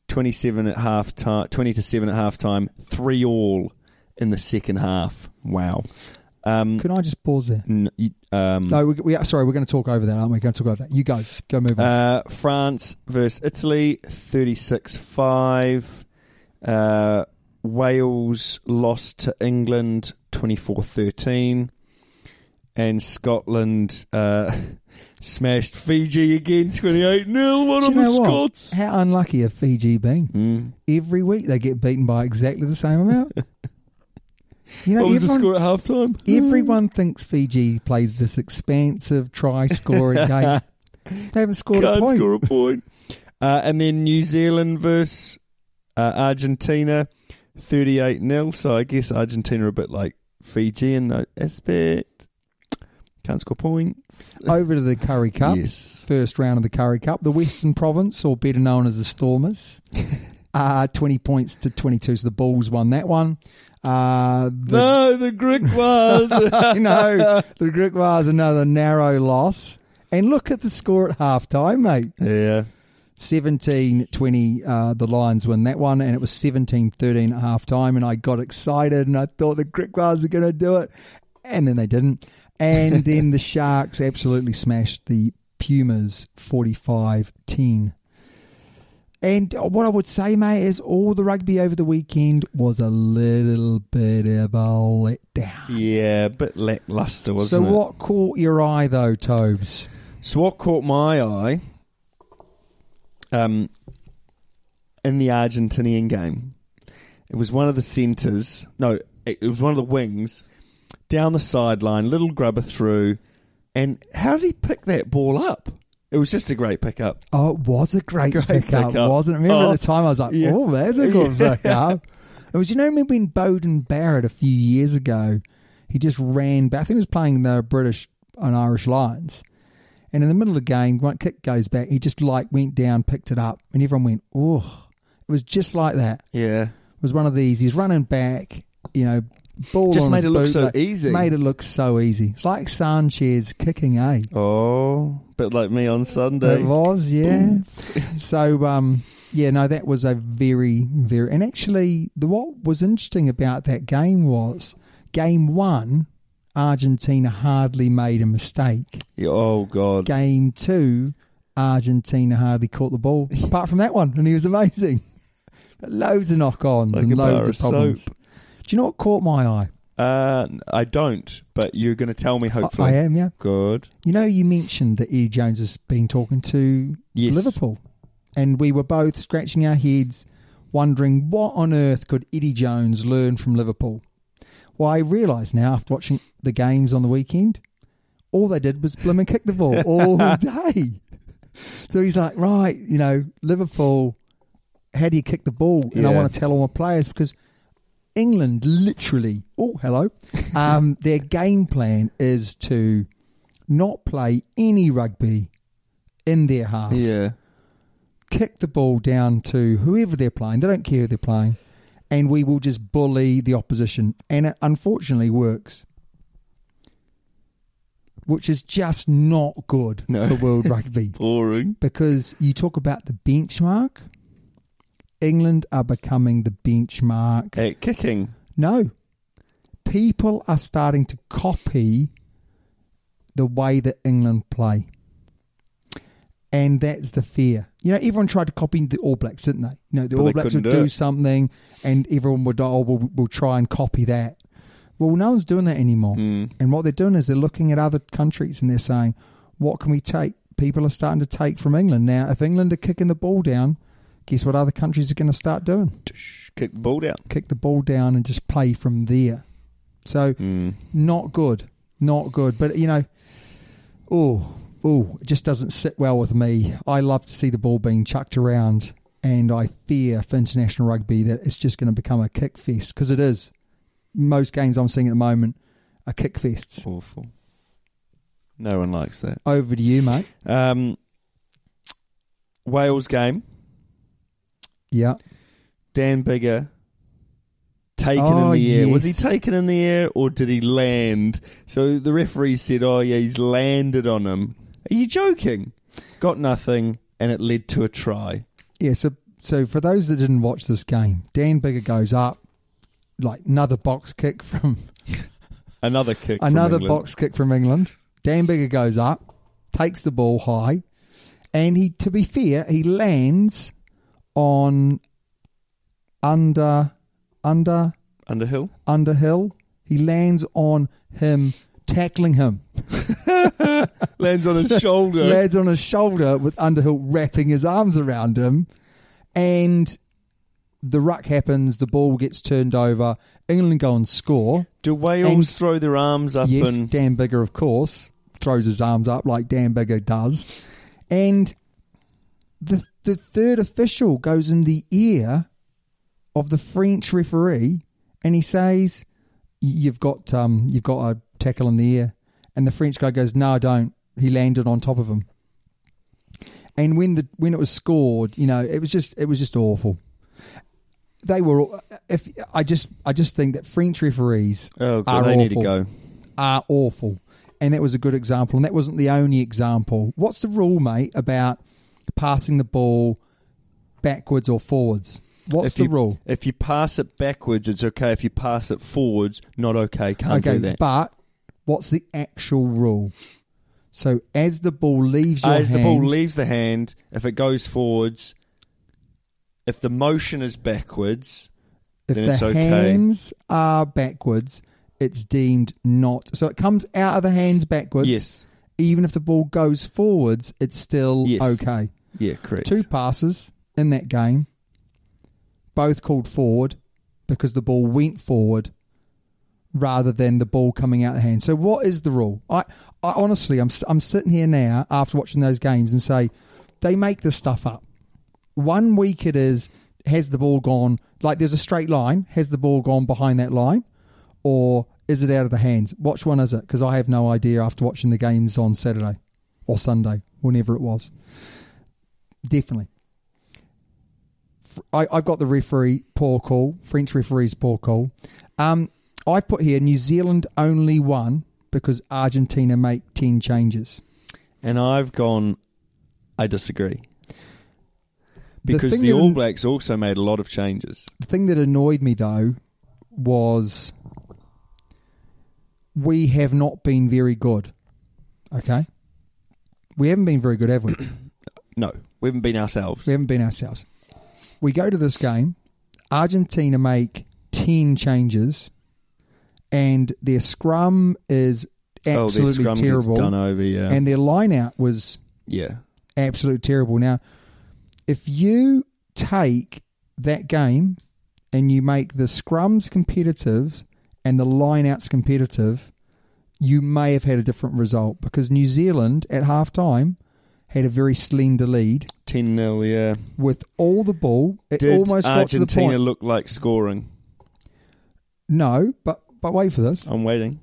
S3: 27 at half time, 20 to 7 at half time, 3 all in the second half. Wow. Um,
S2: Can I just pause there?
S3: n- y- um,
S2: No, we, we are sorry. We're going to talk over that, aren't we? We're going to talk over that. You go. Go move on.
S3: Uh, France versus Italy, 36 5. Uh, Wales lost to England, 24 13. And Scotland uh, *laughs* smashed Fiji again, 28 0. One
S2: Do
S3: on
S2: you
S3: the
S2: know what?
S3: Scots.
S2: How unlucky have Fiji been?
S3: Mm.
S2: Every week they get beaten by exactly the same amount.
S3: *laughs*
S2: you know,
S3: What was the
S2: everyone,
S3: score at halftime?
S2: everyone thinks Fiji played this expansive try
S3: *laughs*
S2: scoring game. They haven't scored a
S3: *laughs* Can't
S2: point.
S3: score a point. Uh, and then New Zealand versus uh, Argentina, 38 0. So I guess Argentina are a bit like Fiji in that aspect. Can't score points.
S2: Over to the Curry Cup.
S3: Yes.
S2: First round of the Curry Cup. The Western Province, or better known as the
S3: *laughs*
S2: Stormers, uh, 20 points to 22. So the Bulls won that one. Uh, *laughs* the
S3: no, the Greek was.
S2: I know. The Greek was another narrow loss. And look at the score at halftime, mate.
S3: *laughs* yeah.
S2: 17 20, uh, the Lions win that one, and it was 17 13 at halftime. And I got excited and I thought the Greek was are going to do it. And then they didn't.
S3: *laughs*
S2: And then the Sharks absolutely smashed the Pumas 45 10. And what I would say, mate, is all the rugby over the weekend was a little bit of a letdown.
S3: Yeah, a bit lackluster,
S2: So
S3: wasn't it?
S2: what caught your eye though, Tobes?
S3: So what caught my eye um, in the Argentinian game, it was one of the centres, no, it it was one of the wings, down the sideline, little grubber through, and how did he pick that ball up? It was just a great pickup.
S2: Oh, it was a great,
S3: Great
S2: pickup,
S3: pickup.
S2: wasn't it? Remember
S3: Oh,
S2: at the time I was like,
S3: yeah.
S2: oh, there's a good
S3: *laughs* Yeah.
S2: pickup. It was, you know, remember when Bowden Barrett a few years ago, he just ran back. I think he was playing the British and Irish Lions. And in the middle of the game, one kick goes back. He just like went down, picked it up, and everyone went, oh. It was just like that.
S3: Yeah.
S2: It was one of these. He's running back, you know, ball
S3: Just
S2: on
S3: made
S2: his
S3: it look
S2: boot,
S3: so
S2: like,
S3: easy.
S2: Made it look so easy. It's like Sanchez kicking, eh?
S3: Oh, bit like me on Sunday.
S2: It was, yeah. *laughs* so, um, yeah, no, that was a very, very, and actually, the what was interesting about that game was game one, Argentina hardly made a mistake.
S3: Yeah, Oh God.
S2: Game two, Argentina hardly caught the
S3: *laughs*
S2: ball, apart from that one, and he was amazing. loads of knock-ons
S3: Like a
S2: and
S3: bar
S2: loads
S3: of
S2: of problems.
S3: soap.
S2: Do you know what caught my eye?
S3: Uh, I don't, but you're going to tell me
S2: I,
S3: hopefully.
S2: I am, yeah.
S3: Good.
S2: You know, you mentioned that Eddie Jones has been talking to
S3: Yes.
S2: Liverpool, and we were both scratching our heads, wondering what on earth could Eddie Jones learn from Liverpool. Well, I realise now after watching the games on the weekend, all they did was blim and kick the
S3: *laughs*
S2: ball all day. So he's like, right, you know, Liverpool, how do you kick the ball? And I
S3: Yeah.
S2: want to tell all my players because England literally, oh, hello, um, their game plan is to not play any rugby in their half.
S3: Yeah.
S2: Kick the ball down to whoever they're playing. They don't care who they're playing. And we will just bully the opposition. And it unfortunately works. which is just not good for world rugby.
S3: Boring.
S2: Because you talk about the benchmark. England are becoming the benchmark.
S3: At kicking.
S2: No. People are starting to copy the way that England play. And that's the fear. You know, everyone tried to copy the All Blacks, didn't they? You know, the
S3: But they
S2: All Blacks would
S3: couldn't
S2: do,
S3: do it.
S2: something and everyone would, oh, we'll, we'll try and copy that. Well, no one's doing that anymore.
S3: Hmm.
S2: And what they're doing is they're looking at other countries and they're saying, what can we take? People are starting to take from England. Now, if England are kicking the ball down, guess what other countries are going to start doing?
S3: Kick the ball down.
S2: kick the ball down and just play from there. So not good, not good. But you know, oh, oh, it just doesn't sit well with me. I love to see the ball being chucked around, and I fear for international rugby that it's just going to become a kick fest because it is. Most games I'm seeing at the moment are kick fests.
S3: Awful. No one likes that.
S2: Over to you, mate.
S3: Um, Wales game.
S2: Yeah,
S3: Dan Bigger taken
S2: Oh,
S3: in the air. Was he
S2: yes.
S3: taken in the air or did he land? So the referee said, "Oh yeah, he's landed on him." Are you joking? Got nothing, and it led to a try.
S2: yeah. So, so for those that didn't watch this game, Dan Bigger goes up like another box kick *laughs* from
S3: Another kick. from
S2: Another
S3: England.
S2: box kick from England. Dan Bigger goes up, takes the ball high, and he, to be fair, he lands on under, under,
S3: Underhill.
S2: Underhill. He lands on him, tackling him.
S3: Lands
S2: *laughs*
S3: on his shoulder.
S2: Lands on his shoulder with Underhill wrapping his arms around him, and the ruck happens. The ball gets turned over. England go and score.
S3: Do Wales
S2: And-
S3: throw their arms up
S2: Yes,
S3: and
S2: Dan Bigger, of course, throws his arms up like Dan Bigger does. And the the third official goes in the ear of the French referee and he says, "Y- You've got um you've got a tackle in the air. And the French guy goes, No, I don't. He landed on top of him. And when the when it was scored, you know, it was just it was just awful. They were all- if I just I just think that French referees
S3: Oh, God,
S2: are
S3: they
S2: awful
S3: need to go.
S2: are awful. And that was a good example. And that wasn't the only example. What's the rule, mate, about passing the ball backwards or forwards? What's
S3: If
S2: the
S3: you-
S2: rule?
S3: If you pass it backwards, it's okay. If you pass it forwards, not okay. Can't
S2: Okay,
S3: do that.
S2: but what's the actual rule? So as the ball leaves your
S3: as the ball
S2: hands-
S3: leaves the hand, if it goes forwards, if the motion is backwards,
S2: if
S3: then
S2: the
S3: it's okay.
S2: hands are backwards, it's deemed not. So it comes out of the hands backwards.
S3: Yes.
S2: Even if the ball goes forwards, it's still
S3: Yes.
S2: okay.
S3: yeah, correct.
S2: Two passes in that game, both called forward because the ball went forward rather than the ball coming out of the hand. So what is the rule? I, I honestly, I'm I'm sitting here now after watching those games and say they make this stuff up. One week it is has the ball gone like there's a straight line. Has the ball gone behind that line, or is it out of the hands? Which one is it? Because I have no idea after watching the games on Saturday or Sunday, whenever it was. Definitely. F- I, have got the referee poor call, French referee's poor call. Um, I've put here New Zealand only won because Argentina make 10 changes.
S3: And I've gone. I disagree
S2: The
S3: because
S2: thing
S3: the,
S2: that
S3: All
S2: an-
S3: Blacks also made a lot of changes.
S2: The thing that annoyed me, though, was we have not been very good. Okay? We haven't been very good, have we?
S3: No, we haven't been ourselves.
S2: We haven't been ourselves. We go to this game. Argentina make 10 changes, and their scrum is
S3: oh, their
S2: absolutely
S3: scrum
S2: terrible.
S3: gets done over. Yeah,
S2: And their line out was
S3: yeah.
S2: absolutely terrible. Now, if you take that game and you make the scrums competitive and the lineouts competitive, you may have had a different result because New Zealand at halftime had a very slender lead
S3: Ten 0 Yeah,
S2: with all the ball. It
S3: did
S2: almost got to the
S3: Argentina
S2: point.
S3: look like scoring?
S2: no, but but wait for this.
S3: I'm waiting.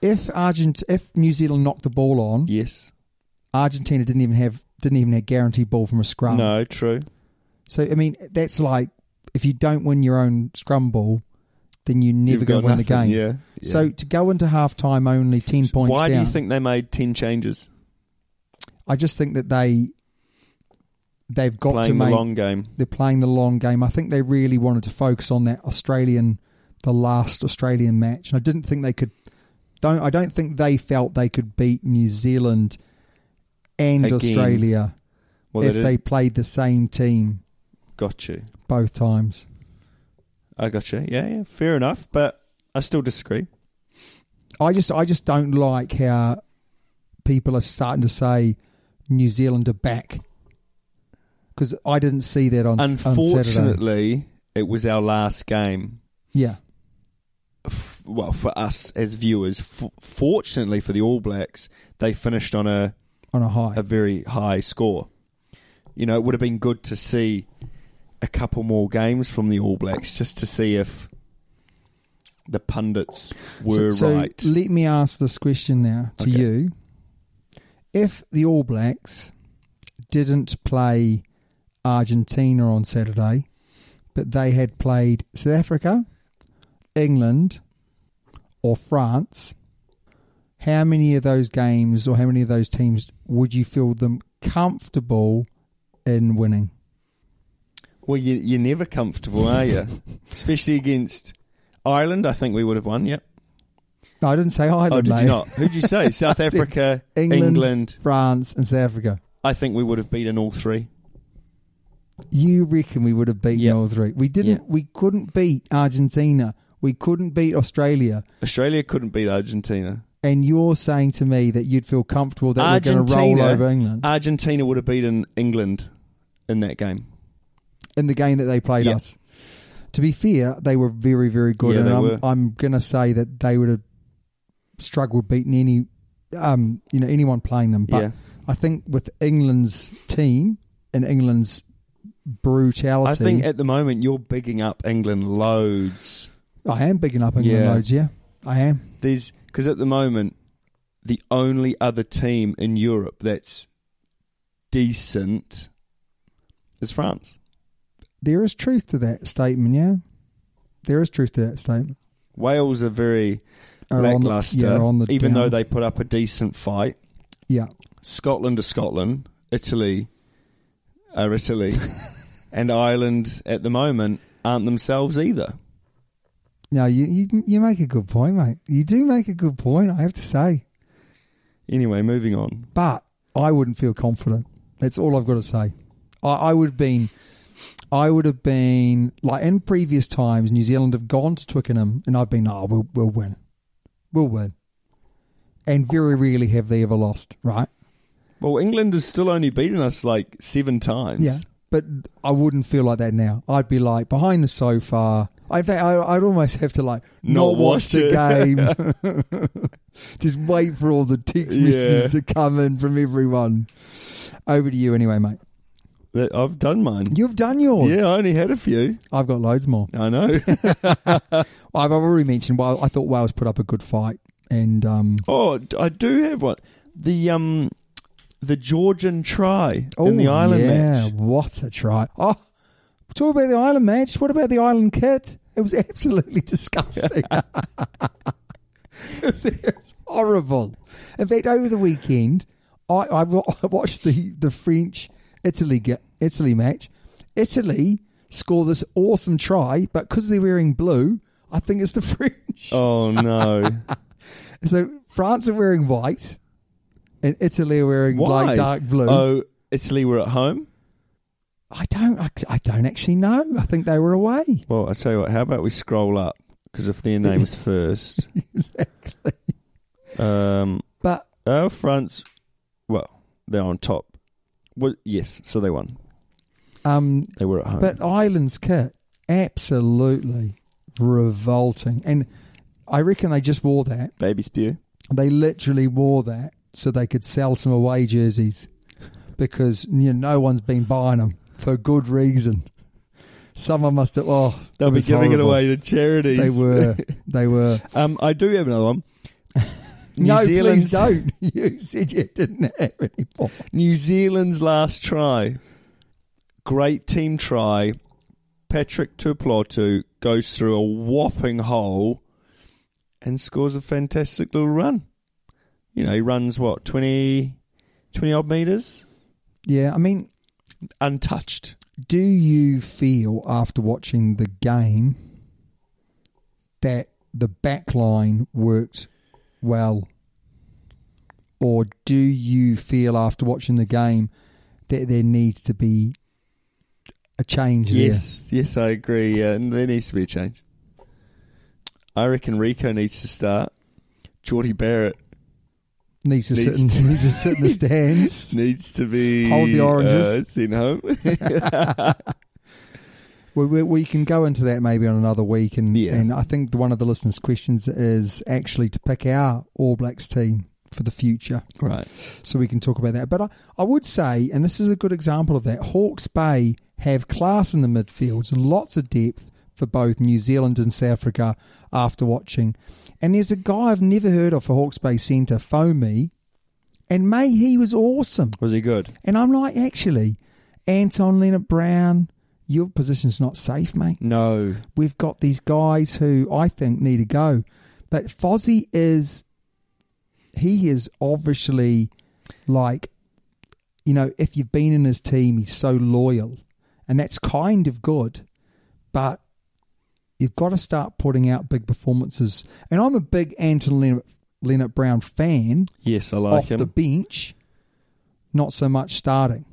S2: If Argent, if New Zealand knocked the ball on,
S3: Yes.
S2: Argentina didn't even have didn't even have guaranteed ball from a scrum.
S3: no. True.
S2: So I mean, that's like if you don't win your own scrum ball, then you're never
S3: You've
S2: going
S3: got
S2: to win the
S3: nothing,
S2: game.
S3: yeah, yeah.
S2: So to go into half time only ten points
S3: Why do
S2: down,
S3: you think they made 10 changes?
S2: I just think that they they've got to
S3: Playing the
S2: make
S3: long game.
S2: they're playing the long game. I think they really wanted to focus on that Australian, the last Australian match. And I didn't think they could. Don't I don't think they felt they could beat New Zealand and
S3: Again.
S2: Australia
S3: Well,
S2: if
S3: they,
S2: they
S3: did.
S2: played the same team
S3: Got you.
S2: both times.
S3: I got you. Yeah, yeah. Fair enough. But I still disagree.
S2: I just I just don't like how people are starting to say New Zealand are back because I didn't see that on on Saturday.
S3: Unfortunately, it was our last game.
S2: Yeah,
S3: F- Well, for us as viewers, F- fortunately for the All Blacks, they finished on a
S2: on a high.
S3: a very high score. You know, it would have been good to see a couple more games from the All Blacks just to see if the pundits were
S2: so,
S3: right.
S2: So let me ask this question now to
S3: Okay.
S2: you. If the All Blacks didn't play Argentina on Saturday, but they had played South Africa, England, or France, how many of those games or how many of those teams would you feel them comfortable in winning?
S3: well, you, you're never comfortable,
S2: *laughs*
S3: are you? Especially against Ireland, I think we would have won. Yep.
S2: No, I didn't say Ireland.
S3: oh, did
S2: mate. *laughs*
S3: you not? Who'd you say? South
S2: I said
S3: Africa,
S2: England,
S3: England.
S2: France, and South Africa.
S3: I think we would have beaten all three.
S2: You reckon we would have beaten
S3: Yep.
S2: all three? We didn't.
S3: Yeah.
S2: We couldn't beat Argentina. We couldn't beat Australia.
S3: Australia couldn't beat Argentina.
S2: And you're saying to me that you'd feel comfortable that we're going to roll over England
S3: Uh, Argentina would have beaten England in that game.
S2: in the game that they played
S3: Yep.
S2: us. To be fair, they were very, very good,
S3: Yeah,
S2: and
S3: they
S2: I'm,
S3: were.
S2: I'm going to say that they would have struggled beating any, um, you know, anyone playing them. But
S3: Yeah.
S2: I think with England's team and England's brutality,
S3: I think at the moment you're bigging up England loads.
S2: I am bigging up England
S3: Yeah.
S2: loads. Yeah, I am.
S3: There's because at the moment the only other team in Europe that's decent is France.
S2: there is truth to that statement, yeah. There is truth to that statement.
S3: Wales are very
S2: Are on the-
S3: lackluster,
S2: yeah, are on the
S3: even
S2: down.
S3: though they put up a decent fight.
S2: Yeah.
S3: Scotland to Scotland, Italy are
S2: *laughs*
S3: Italy, and Ireland at the moment aren't themselves either.
S2: No, you, you you make a good point, mate. You do make a good point, I have to say.
S3: Anyway, moving on.
S2: But I wouldn't feel confident. That's all I've got to say. I, I would have been I would have been like in previous times New Zealand have gone to Twickenham and I've been, oh we'll we'll win. We'll win. And very rarely have they ever lost, right?
S3: Well, England has still only beaten us like seven times.
S2: Yeah, but I wouldn't feel like that now. I'd be like behind the sofa. I, in fact, I I'd almost have to like not,
S3: Not
S2: watch
S3: watch
S2: the game.
S3: *laughs*
S2: *laughs* Just wait for all the text messages to
S3: Yeah.
S2: come in from everyone. Over to you, anyway, mate.
S3: That- I've done mine.
S2: You've done yours.
S3: Yeah, I only had a few.
S2: I've got loads more. *laughs*
S3: I know.
S2: I've already mentioned. Well, I thought Wales put up a good fight, and um,
S3: oh, I do have one. The um, the Georgian try
S2: oh,
S3: in the Ireland
S2: yeah,
S3: match.
S2: what a try! Oh, talk about the Ireland match. What about the Ireland kit? It was *laughs* absolutely
S3: *laughs*
S2: disgusting. it was, it was horrible. In fact, over the weekend, I, I wa- *laughs* I watched the, the French Italy ga- Italy match. Italy score this awesome try, but because they're wearing blue, I think it's the *laughs* French.
S3: Oh no!
S2: So France are wearing white, and Italy are wearing
S3: Why?
S2: like dark blue.
S3: Oh, Italy were at home.
S2: I don't. I, I don't actually know. I think they were away.
S3: Well, I tell you what. How about we scroll up? Because if
S2: *laughs*
S3: their name's first,
S2: exactly.
S3: um,
S2: But
S3: Oh, France. Well, they're on top. Well, yes, so they won.
S2: um,
S3: They were at home.
S2: But Ireland's kit, absolutely revolting. And I reckon they just wore that.
S3: Baby spew.
S2: They literally wore that so they could sell some away jerseys because you know, no one's been buying them for good reason. Someone must have. Oh,
S3: They'll be
S2: was
S3: giving
S2: horrible.
S3: it away to charities. *laughs*
S2: They were. They were.
S3: Um, I do have
S2: *laughs*
S3: another one. New
S2: no, please
S3: Zealand's,
S2: don't. *laughs* You said you didn't have any more.
S3: New Zealand's last try. Great team try. Patrick Tuplautu goes through a whopping hole and scores a fantastic little run. You know, he runs what, 20, 20 odd metres?
S2: Yeah, I mean,
S3: Untouched.
S2: do you feel after watching the game that the back line worked well? Or do you feel after watching the game that there needs to be a change
S3: Yes, yes, I agree. Yeah, and there needs to be a change. I reckon Rico needs to start. Geordie Barrett
S2: there? Needs to,
S3: Needs
S2: sit, in, needs to sit in
S3: *laughs*
S2: the stands.
S3: needs to be
S2: Hold the oranges.
S3: Uh, sent *laughs* home.
S2: We, we, we can go into that maybe on another week, and
S3: Yeah.
S2: and I think one of the listeners' questions is actually to pick our All Blacks team for the future,
S3: right.
S2: so we can talk about that. But I, I would say, and this is a good example of that, Hawke's Bay have class in the midfields, lots of depth for both New Zealand and South Africa after watching. And there's a guy I've never heard of for Hawke's Bay Centre, Fomi, and May he was awesome.
S3: Was he good?
S2: And I'm like, actually, Anton Leonard Brown, your position's not safe, mate.
S3: No.
S2: We've got these guys who I think need to go. But Fozzie is, he is obviously like, you know, if you've been in his team, he's so loyal. And that's kind of good. But you've got to start putting out big performances. And I'm a big Anton Leonard, Leonard Brown fan
S3: Yes, I like
S2: off
S3: him.
S2: the bench, not so much starting.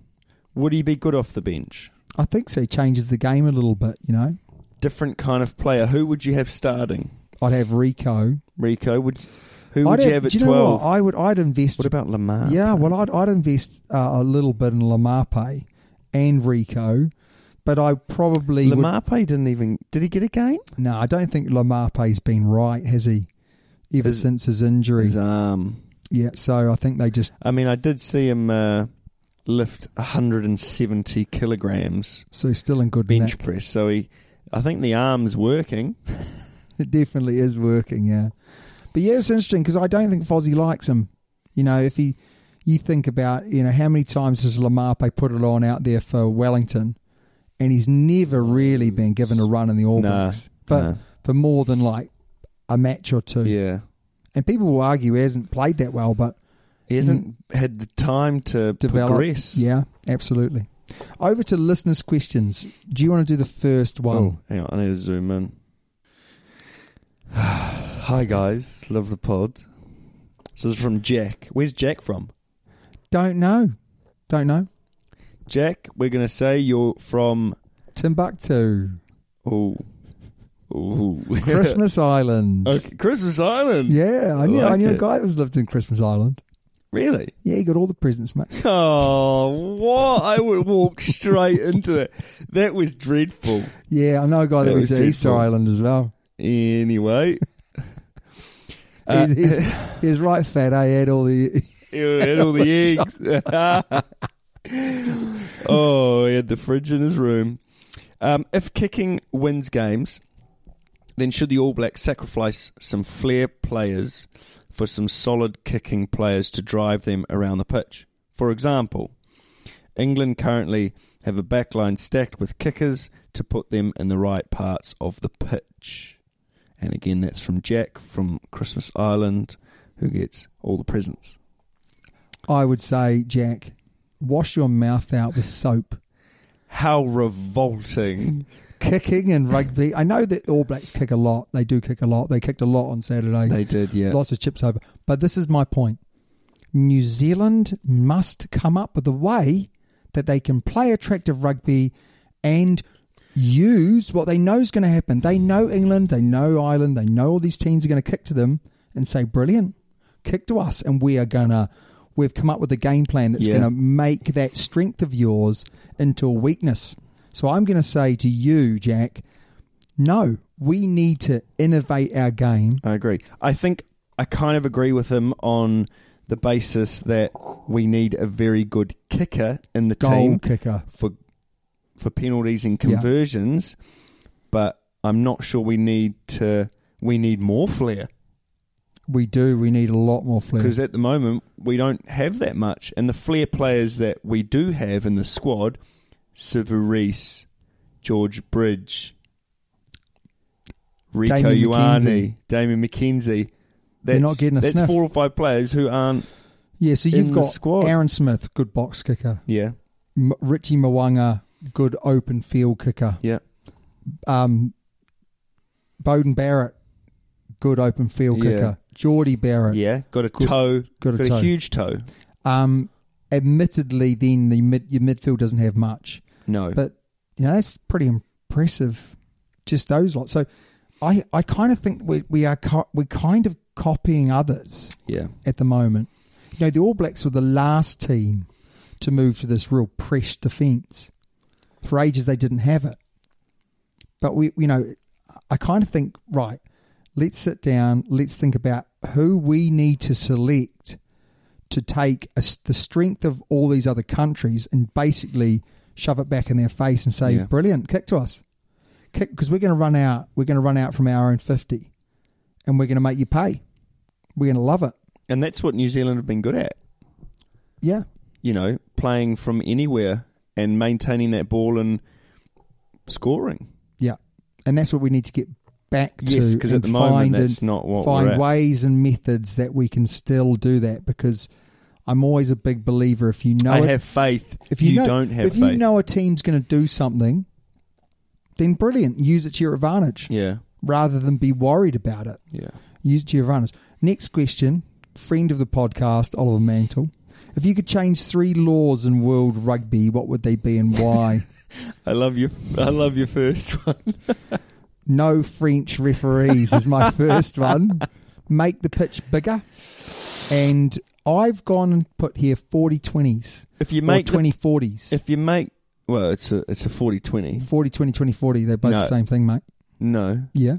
S3: Would he be good off the bench?
S2: I think so. It changes the game a little bit, you know.
S3: Different kind of player. Who would you have starting?
S2: I'd have Rico.
S3: Rico would. Who would
S2: I'd
S3: you have at
S2: do you know
S3: twelve?
S2: what? I would. I'd invest.
S3: What about Lamar?
S2: yeah, well, I'd, I'd invest uh, a little bit in Lamape and Rico, but I probably would.
S3: Lamarpe didn't even. Did he get a game?
S2: No, I don't think Lamape's been right, has he? Ever
S3: His-
S2: since his injury,
S3: His arm.
S2: yeah. So I think they just
S3: I mean, I did see him uh, lift 170 kilograms
S2: so he's still in good
S3: bench
S2: nick.
S3: press. So he, I think the arm's working.
S2: It definitely is working, yeah. But yeah, it's interesting because I don't think Fozzie likes him. You know, if he, you think about, you know, how many times has Lamarpe put it on out there for Wellington, and he's never really been given a run in the All
S3: Nah,
S2: Blacks for
S3: nah.
S2: for more than like a match or two.
S3: Yeah,
S2: And people will argue he hasn't played that well, but
S3: he hasn't had the time to
S2: develop.
S3: progress.
S2: Yeah, absolutely. Over to listeners' questions. Do you want to do the first one?
S3: Oh, hang on, I need to zoom in. *sighs* Hi guys, love the pod. So this is from Jack. Where's Jack from?
S2: Don't know. Don't know.
S3: Jack, we're gonna say you're from. *laughs*
S2: Timbuktu,
S3: Oh, *laughs* oh,
S2: Christmas Island.
S3: okay, Christmas Island.
S2: Yeah, I knew, I
S3: like
S2: knew a
S3: it.
S2: guy that was lived in Christmas Island.
S3: Really?
S2: Yeah, he got all the presents, mate.
S3: Oh, what? I would walk straight into it. That was dreadful.
S2: Yeah, I know a guy
S3: That
S2: that went
S3: was
S2: to Easter
S3: dreadful.
S2: Island as well.
S3: Anyway, Uh,
S2: he's, he's,
S3: *laughs*
S2: he's right fat. eh? He had all the.
S3: Ew, had all the eggs. oh, he had the fridge in his room. Um, if kicking wins games, then should the All Blacks sacrifice some flair players for some solid kicking players to drive them around the pitch? For example, England currently have a backline stacked with kickers to put them in the right parts of the pitch. And again, that's from Jack from Christmas Island, who gets all the presents.
S2: I would say, Jack, wash your mouth out with soap.
S3: How revolting.
S2: Kicking and rugby. I know that All Blacks kick a lot. They do kick a lot. They kicked a lot on Saturday.
S3: They did, yeah.
S2: Lots of chips over. But this is my point. New Zealand must come up with a way that they can play attractive rugby and use what they know is going to happen. They know England, they know Ireland, they know all these teams are going to kick to them and say, brilliant, kick to us. And we are going to, we've come up with a game plan that's
S3: Yeah.
S2: going to make that strength of yours into a weakness. So I'm going to say to you, Jack, no, we need to innovate our game.
S3: I agree. I think I kind of agree with him on the basis that we need a very good kicker in the
S2: Goal
S3: team
S2: kicker.
S3: for for penalties and conversions, but I'm not sure we need to we need more flair
S2: We do. We need a lot more flair.
S3: because at the moment we don't have that much and the flair players that we do have in the squad, Severis, George Bridge, Rico
S2: Damien
S3: Ioane,
S2: McKenzie.
S3: Damien McKenzie.
S2: They're not getting a
S3: That's
S2: sniff.
S3: four or five players who aren't.
S2: Yeah, so
S3: in
S2: you've
S3: the
S2: got
S3: squad.
S2: Aaron Smith, good box kicker.
S3: Yeah,
S2: M- Richie Mwanga, good open field kicker.
S3: yeah.
S2: Um, Bowden Barrett, good open field
S3: Yeah.
S2: kicker. Geordie Barrett.
S3: Yeah, got a
S2: Good-
S3: toe,
S2: got a toe.
S3: huge toe.
S2: Um, admittedly, then the mid, your midfield doesn't have much,
S3: No,
S2: but you know that's pretty impressive. Just those lots. So, I I kind of think we we are co- we're kind of copying others
S3: yeah,
S2: at the moment. You know, the All Blacks were the last team to move to this real press defence. For ages, they didn't have it. But we, you know, I kind of think right. Let's sit down. Let's think about who we need to select to take a s the strength of all these other countries and basically shove it back in their face and say,
S3: Yeah.
S2: "Brilliant, kick to us, kick," because we're going to run out. We're going to run out from our own fifty, and we're going to make you pay. We're going to love it.
S3: and that's what New Zealand have been good at.
S2: Yeah.
S3: You know, playing from anywhere and maintaining that ball and scoring.
S2: Yeah, and that's what we need to get back to.
S3: Yes, 'cause at
S2: and
S3: the moment
S2: find
S3: that's
S2: and-
S3: not what
S2: find
S3: we're at.
S2: ways and methods that we can still do that because I'm always a big believer. If you know,
S3: I
S2: it,
S3: have faith.
S2: if you, know,
S3: don't have
S2: if
S3: faith,
S2: you know a team's going to do something, then brilliant. Use it to your advantage
S3: yeah,
S2: rather than be worried about it.
S3: yeah.
S2: Use it to your advantage. Next question, friend of the podcast, Oliver Mantle. If you could change three laws in world rugby, what would they be and
S3: *laughs*
S2: why?
S3: I love your, I love your first one.
S2: no French referees is
S3: *laughs*
S2: my first one. Make the pitch bigger. And I've gone and put here 40 20s
S3: If you
S2: or
S3: make the-
S2: 20 40s.
S3: if you make, well, it's a, it's a 40-20.
S2: 40 20 20 40, they're both
S3: No.
S2: the same thing, mate.
S3: No,
S2: Yeah.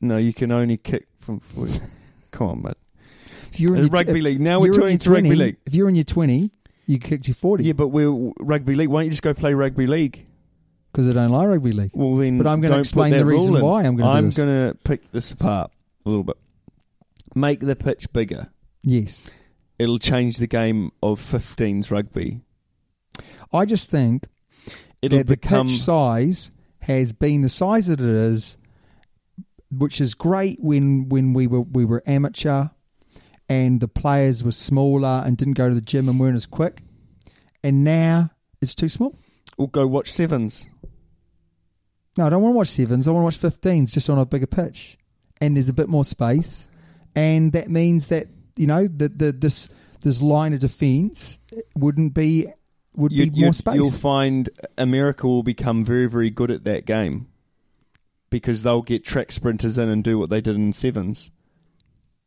S3: no, you can only kick from
S2: *laughs*
S3: forty. Come on, mate.
S2: If you're
S3: It's rugby
S2: if
S3: league. Now we're
S2: you're in your
S3: turning to rugby
S2: 20,
S3: league.
S2: If you're in your 20, you kicked your 40
S3: Yeah, but we're rugby league. Why don't you just go play rugby league?
S2: because I don't like rugby league.
S3: Well, then,
S2: But I'm gonna
S3: don't put
S2: explain
S3: that
S2: the reason
S3: rule in.
S2: why I'm gonna do
S3: I'm
S2: this.
S3: going to pick this apart a little bit. Make the pitch bigger.
S2: Yes.
S3: It'll change the game of 15s rugby.
S2: I just think
S3: It'll
S2: that the
S3: become
S2: pitch size has been the size that it is, which is great when when we were we were amateur, and the players were smaller and didn't go to the gym and weren't as quick, and now it's too small.
S3: we'll go watch sevens.
S2: No, I don't want to watch sevens. I want to watch fifteens, just on a bigger pitch, and there's a bit more space, and that means that you know that the this this line of defence wouldn't be would
S3: You,
S2: be more space.
S3: will find America will become very, very good at that game because they'll get track sprinters in and do what they did in sevens.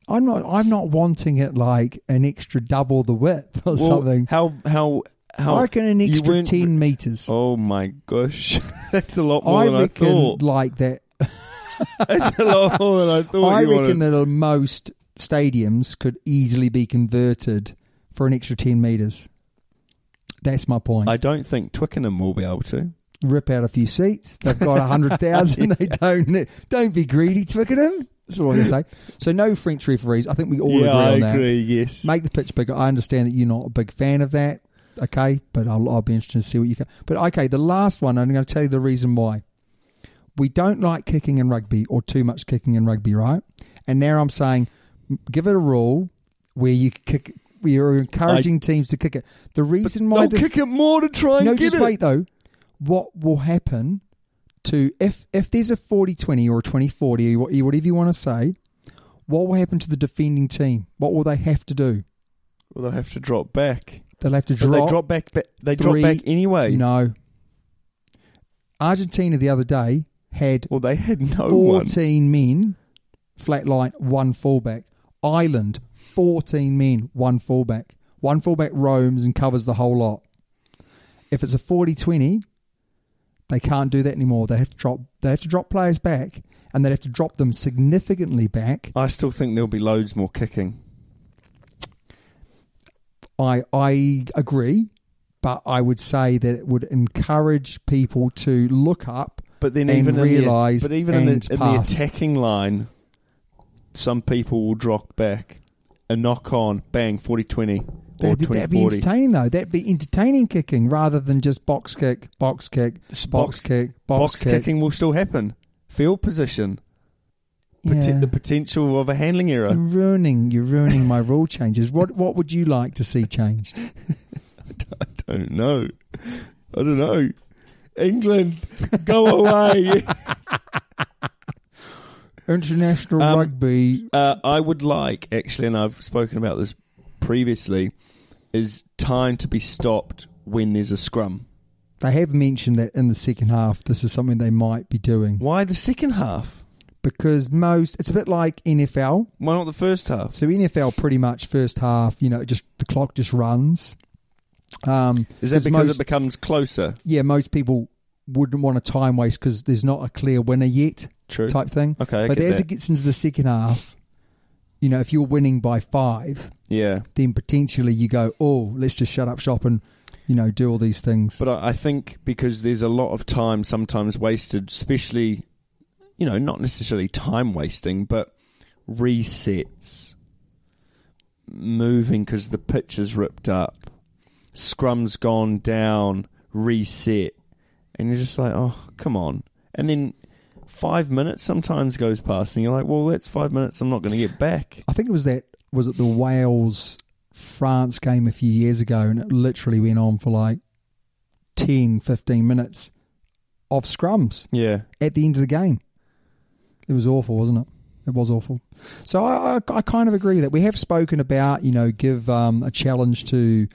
S2: I'm not. I'm not wanting it like an extra double the width or something.
S3: How how how?
S2: I reckon an
S3: you
S2: extra
S3: weren't-
S2: ten meters.
S3: Oh my gosh, *laughs* that's a lot more
S2: I
S3: than
S2: reckon
S3: Oh, I thought.
S2: like that.
S3: that's *laughs* a lot more than I
S2: *laughs*
S3: thought.
S2: I
S3: you
S2: reckon
S3: wanted.
S2: that uh, most stadiums could easily be converted for an extra ten meters. That's my point.
S3: I don't think Twickenham will be able to.
S2: Rip out a few seats. They've got a hundred
S3: *laughs*
S2: thousand. They don't. ne- Don't be greedy, Twickenham. That's all I'm going to say. So no French referees. I think we all
S3: yeah,
S2: agree
S3: I
S2: on that.
S3: agree. Yes,
S2: make the pitch bigger. I understand that you're not a big fan of that, okay? But I'll, I'll be interested to see what you can. But okay, the last one, I'm going to tell you the reason why. We don't like kicking in rugby or too much kicking in rugby, right? And now I'm saying, m- give it a rule where you kick. We are encouraging teams to kick it. The reason why
S3: they'll
S2: this
S3: kick it more to try and
S2: no,
S3: get
S2: just
S3: it.
S2: wait though. What will happen to if if there's a 40-20 or a 20-40 or wha- whatever you want to say? What will happen to the defending team? What will they have to do?
S3: Well, they'll have to drop back.
S2: They'll have to
S3: But
S2: drop.
S3: they drop back. ba- They
S2: three-
S3: drop back anyway.
S2: No. Argentina the other day had
S3: Well, they had no one.
S2: 14 men, flat line, one fullback. Ireland, 14 men, one fullback. One fullback roams and covers the whole lot. If it's a 40 20, they can't do that anymore. They have to drop. They have to drop players back, and they have to drop them significantly back.
S3: I still think there'll be loads more kicking.
S2: I I agree, but I would say that it would encourage people to look up
S3: But then
S2: and
S3: even
S2: realize
S3: in the, but even in,
S2: and
S3: the, in the
S2: pass.
S3: attacking line, some people will drop back, a knock on, bang, 40-20. or
S2: That'd be, that'd be
S3: 2040.
S2: entertaining though. That'd be entertaining kicking rather than just box kick, box kick, box, kick, box,
S3: box
S2: kick.
S3: kicking will still happen. Field position, Pot-
S2: Yeah. Mm.
S3: the potential of a handling error.
S2: You're ruining, you're ruining my rule changes. What what would you like to see changed?
S3: *laughs* I don't know. I don't know. England, go
S2: *laughs*
S3: away.
S2: International
S3: Um,
S2: rugby.
S3: uh, I would like, actually, and I've spoken about this previously, is time to be stopped when there's a scrum.
S2: They have mentioned that in the second half, this is something they might be doing
S3: Why the second half?
S2: because most it's a bit like NFL.
S3: Why not the first half?
S2: So NFL pretty much first half, you know, just the clock just runs. Um,
S3: Is that because
S2: most,
S3: it becomes closer?
S2: yeah, most people wouldn't want a time waste because there's not a clear winner yet,
S3: True.
S2: type thing.
S3: Okay, I
S2: but
S3: get
S2: as
S3: that.
S2: it gets into the second half, you know, if you're winning by five,
S3: Yeah.
S2: then potentially you go, oh, let's just shut up shop and you know do all these things.
S3: But I, I think because there's a lot of time sometimes wasted, especially, you know, not necessarily time wasting, but resets, moving because the pitch is ripped up, scrum's gone down, reset. And you're just like, oh, come on. And then five minutes sometimes goes past, and you're like, well, that's five minutes I'm not going to get back.
S2: I think it was that was it the Wales France game a few years ago, and it literally went on for like 10, 15 minutes of scrums.
S3: Yeah.
S2: at the end of the game. It was awful, wasn't it? It was awful. So I, I, I kind of agree with that. We have spoken about, you know, give um, a challenge to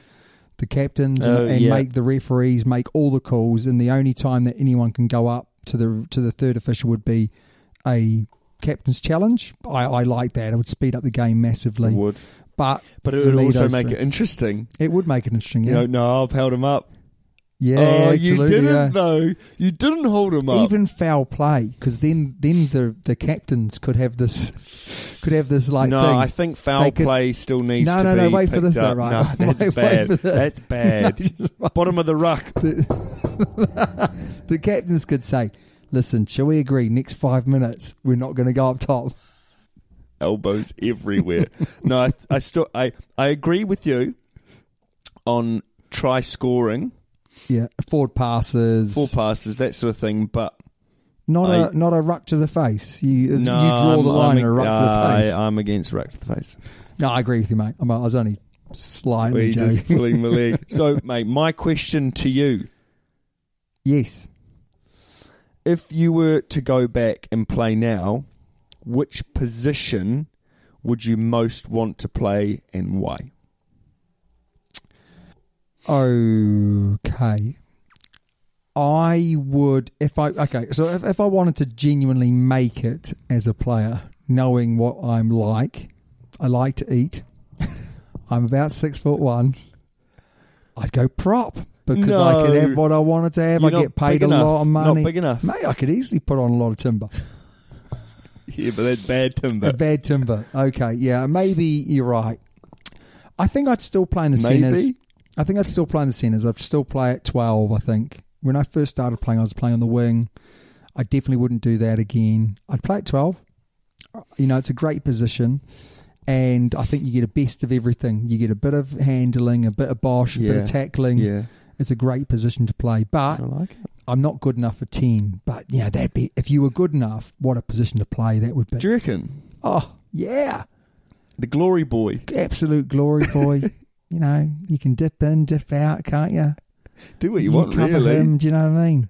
S2: the captains
S3: Oh,
S2: and, and
S3: yeah.
S2: make the referees make all the calls. And the only time that anyone can go up to the to the third official would be a captain's challenge. I, I like that. It would speed up the game massively.
S3: Would.
S2: But
S3: But it
S2: for
S3: would
S2: me,
S3: also
S2: those
S3: make
S2: three-
S3: it interesting.
S2: It would make it interesting.
S3: You
S2: Yeah,
S3: know, no, I've held him up.
S2: yeah,
S3: oh, you
S2: absolutely.
S3: didn't
S2: yeah.
S3: though. You didn't hold him up.
S2: even foul play because then then the the captains could have this *laughs* could have this like
S3: no,
S2: thing.
S3: I think foul
S2: They could-
S3: play still needs
S2: No,
S3: to
S2: no,
S3: be
S2: no, wait for
S3: picked
S2: this though,
S3: up.
S2: right?
S3: No, that's
S2: *laughs* Wait- wait
S3: bad.
S2: for this. *laughs*
S3: That's bad. Bottom of the ruck.
S2: the captains could say, "Listen, shall we agree? Next five minutes, we're not going to go up top."
S3: Elbows
S2: *laughs*
S3: everywhere. no, I, I still I, I agree with you on try scoring,
S2: Yeah, forward passes,
S3: full passes, that sort of thing, but
S2: not a
S3: I-
S2: not a ruck to the face. You
S3: no,
S2: you draw
S3: I'm,
S2: the line,
S3: I'm,
S2: a ruck to
S3: uh,
S2: the face.
S3: I, am against ruck to
S2: *laughs*
S3: the face.
S2: no, I agree with you, mate. I'm, I was only slightly
S3: We
S2: joking. *laughs*
S3: just pulling the leg. So, mate, my question to you
S2: yes,
S3: if you were to go back and play now, which position would you most want to play and why?
S2: Okay. I would if I okay, so if, if I wanted to genuinely make it as a player, knowing what I'm like, I like to eat. *laughs* I'm about six foot one. I'd go prop because I could
S3: No.
S2: have what I wanted to have.
S3: You're
S2: I
S3: not
S2: get paid
S3: big
S2: a
S3: enough.
S2: lot of
S3: Not
S2: money.
S3: big enough.
S2: Mate, I could easily put on a lot of timber.
S3: *laughs* Yeah, but that's bad timber.
S2: a bad timber. Okay, yeah, maybe you're right. I think I'd still play in the
S3: Maybe?
S2: centers. I think I'd still play in the centers. I'd still play at twelve. I think when I first started playing, I was playing on the wing. I definitely wouldn't do that again. I'd play at twelve. Uh, You know, it's a great position, and I think you get a best of everything. You get a bit of handling, a bit of bosh, a bit
S3: Yeah.
S2: of tackling.
S3: Yeah,
S2: It's a great position to play, but
S3: I like it.
S2: I'm not good enough for ten. But you know, that'd be if you were good enough, what a position to play that would be.
S3: Do you reckon
S2: Oh yeah,
S3: the glory boy?
S2: absolute glory boy.
S3: *laughs*
S2: you know, you can dip in, dip out, can't you?
S3: Do what you, want,
S2: cover
S3: really.
S2: him. Do you know what I mean?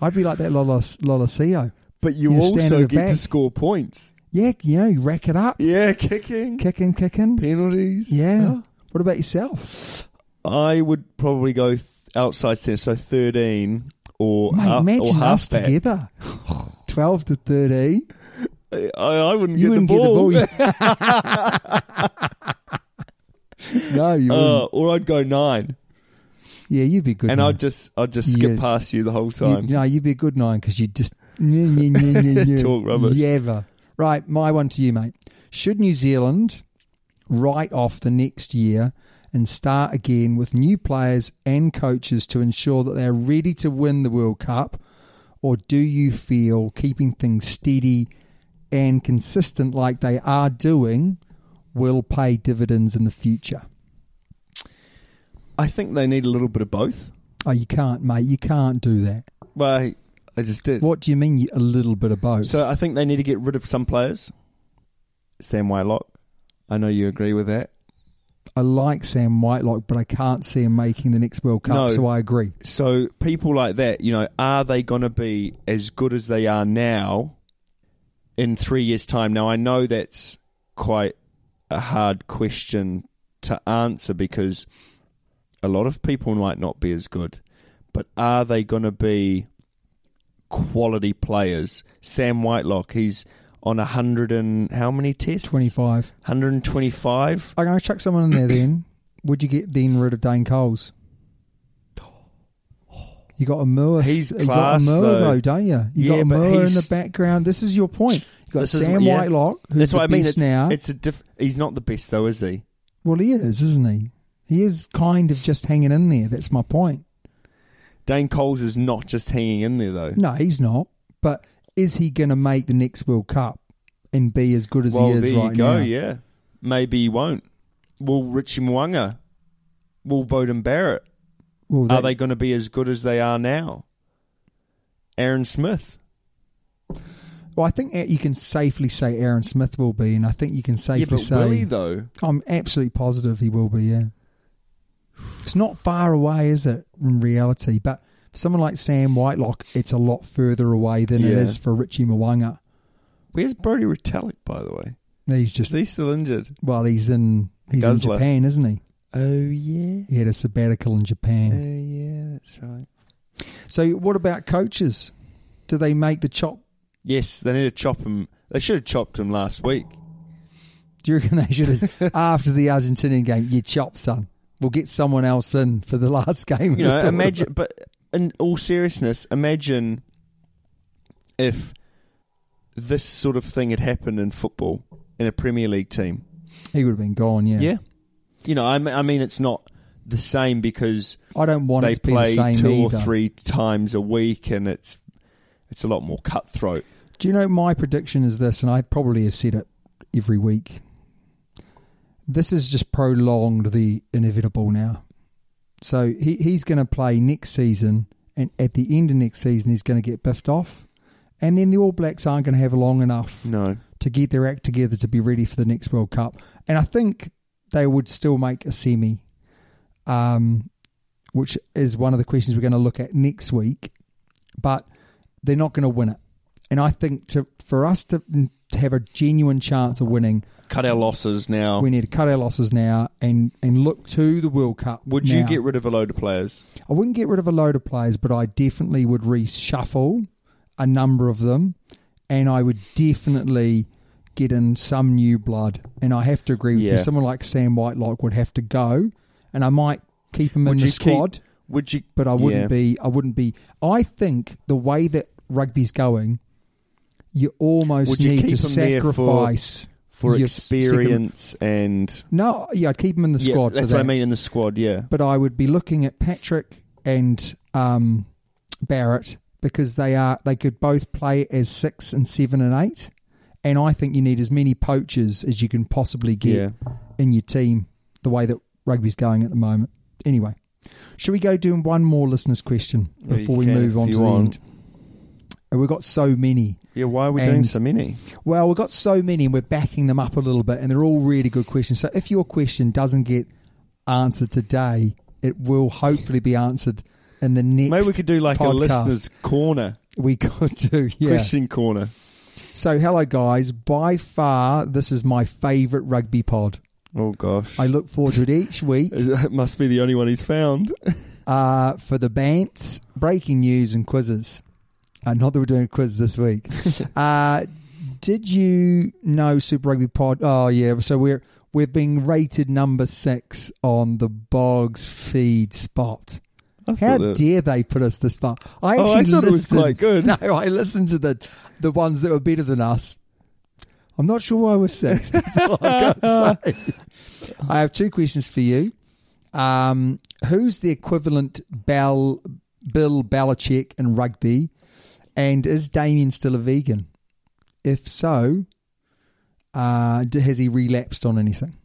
S2: I'd be like that Lola Lolacio.
S3: But you
S2: You stand
S3: also
S2: at
S3: get
S2: the
S3: to
S2: back.
S3: score points.
S2: Yeah, you know, you rack it up,
S3: Yeah, *laughs* kicking,
S2: kicking, kicking.
S3: penalties.
S2: Yeah. What about yourself,
S3: I would probably go th- outside center, so thirteen or
S2: mate?
S3: half, or
S2: imagine us
S3: halfback. *sighs*
S2: together, twelve to thirteen.
S3: I, I wouldn't,
S2: You
S3: get,
S2: wouldn't
S3: the *laughs* ball.
S2: get the ball. no, you wouldn't.
S3: Uh, or I'd go nine,
S2: yeah, you'd be good.
S3: and
S2: nine.
S3: I'd just I'd just skip
S2: Yeah.
S3: past you the whole
S2: You,
S3: time.
S2: no, you'd be a good nine because you just yeah, yeah, yeah, yeah,
S3: *laughs*
S2: yeah.
S3: Talk rubbish.
S2: Yeah, but- right. My one to you, mate. Should New Zealand write off the next year and start again with new players and coaches to ensure that they're ready to win the World Cup, or do you feel keeping things steady and consistent like they are doing will pay dividends in the future?
S3: I think they need a little bit of both.
S2: Oh, you can't, mate. You can't do that.
S3: Well, I, I just did.
S2: What do you mean you- a little bit of both?
S3: So I think they need to get rid of some players. Sam Whitelock, I know you agree with that.
S2: I like Sam Whitelock, but I can't see him making the next World Cup,
S3: No.
S2: so I agree.
S3: So people like that, you know, are they going to be as good as they are now in three years' time? Now I know that's quite a hard question to answer because a lot of people might not be as good, but are they going to be quality players? Sam Whitelock, he's on a hundred and how many tests?
S2: 25.
S3: 125.
S2: I'm going to chuck someone in there then. Would you get then rid of Dane Coles? You got a Moore.
S3: He's
S2: you got a
S3: class,
S2: Moore
S3: though.
S2: though, don't you? You
S3: Yeah,
S2: got a
S3: but
S2: Moore in the
S3: he's-
S2: background. This is your point. You got
S3: This is-
S2: Sam
S3: yeah.
S2: Whitelock, who's
S3: That's
S2: the
S3: what I mean.
S2: best
S3: It's,
S2: now.
S3: it's a diff- he's not the best though, is he?
S2: well, he is, isn't he? He is kind of just hanging in there. That's my point.
S3: Dane Coles is not just hanging in there though.
S2: No, he's not. But is he going to make the next World Cup and be as good as
S3: well,
S2: he is
S3: there
S2: right
S3: you go.
S2: now?
S3: Yeah, maybe he won't. Will Richie Mwanga? Will Bowden Barrett?
S2: Well,
S3: are
S2: that-
S3: they going to be as good as they are now? Aaron Smith.
S2: Well, I think that you can safely say Aaron Smith will be, and I think you can safely
S3: yeah, but
S2: say
S3: will he though?
S2: I'm absolutely positive he will be. Yeah, it's not far away, is it? In reality, but for someone like Sam Whitelock, it's a lot further away than it
S3: Yeah.
S2: is for Richie Mwanga.
S3: Where's Brody Retallick, by the way?
S2: He's just
S3: Is he still injured?
S2: well, he's in he's in
S3: Guzzler.
S2: Japan, isn't he?
S3: Oh yeah. Oh,
S2: He had a sabbatical in Japan.
S3: yeah, that's right.
S2: So, what about coaches? Do they make the chop?
S3: Yes, they need to chop him. They should have chopped him last week.
S2: Do you reckon they
S3: *laughs*
S2: should have after the Argentinian game? You chop, son. We'll get someone else in for the last game. of
S3: you
S2: the
S3: know,
S2: tournament."
S3: imagine. But in all seriousness, imagine if this sort of thing had happened in football in a Premier League team.
S2: he would have been gone. Yeah,
S3: you know, I, m- I mean, it's not the same because
S2: I don't want
S3: they
S2: it to be the
S3: play
S2: same
S3: two
S2: either.
S3: or three times a week, and it's it's a lot more cutthroat.
S2: Do you know my prediction is this, and I probably have said it every week. This has just prolonged the inevitable now. So he, he's going to play next season, and at the end of next season, he's going to get biffed off, and then the All Blacks aren't going to have long enough
S3: No,
S2: to get their act together to be ready for the next World Cup. And I think they would still make a semi, um, which is one of the questions we're going to look at next week. But they're not going to win it. And I think to for us to, to have a genuine chance of winning,
S3: cut our losses now.
S2: we need to cut our losses now and, and look to the World Cup.
S3: Would you
S2: now.
S3: get rid of a load of players?
S2: I wouldn't get rid of a load of players, but I definitely would reshuffle a number of them, and I would definitely get in some new blood. And I have to agree with you.
S3: Yeah.
S2: Someone like Sam Whitelock would have to go, and I might keep him
S3: Would
S2: in
S3: you
S2: the
S3: keep-
S2: squad,
S3: Would you?
S2: but I wouldn't
S3: Yeah.
S2: be. I wouldn't be. I think the way that rugby's going, you almost
S3: Would you
S2: need
S3: keep
S2: to
S3: him there for-
S2: sacrifice
S3: for
S2: your second-
S3: experience and
S2: no, yeah, I'd keep him in the squad.
S3: Yeah,
S2: for
S3: that's what I
S2: that
S3: mean in the squad. Yeah,
S2: but I would be looking at Patrick and um, Barrett because they are they could both play as six and seven and eight, and I think you need as many poachers as you can possibly get in your team. The way that rugby's going at the moment, anyway. Should we go doing one more listeners' question
S3: You
S2: before we
S3: can
S2: move
S3: if
S2: on
S3: you
S2: to the
S3: want.
S2: end? And we've got so many.
S3: Yeah, why are we doing
S2: And-
S3: so many?
S2: Well, we've got so many and we're backing them up a little bit, and they're all really good questions. So if your question doesn't get answered today, it will hopefully be answered in the next
S3: Maybe we could do like a
S2: podcast.
S3: listeners' corner,
S2: We could do, yeah.
S3: question corner.
S2: So, hello, guys. By far, this is my favourite rugby pod.
S3: Oh gosh,
S2: I look forward to it each week
S3: Is- it must be the only one he's found. *laughs*
S2: uh, for the bants, breaking news, and quizzes. Uh, not that we're doing a quiz this week. uh, did you know Super Rugby Pod? Oh yeah, so we're we're being rated number six on the Boggs feed spot. How
S3: thought that-
S2: dare they put us this far? I
S3: Oh, I
S2: actually
S3: thought it was
S2: listened-
S3: quite good.
S2: No, I listened to the the ones that were better than us. I'm not sure why we're six. *laughs* That's all I've got
S3: *laughs*
S2: to say. I have two questions for you. Um, who's the equivalent Bell, Bill Belichick in rugby? And is Damien still a vegan? If so, uh, d- has he relapsed on anything?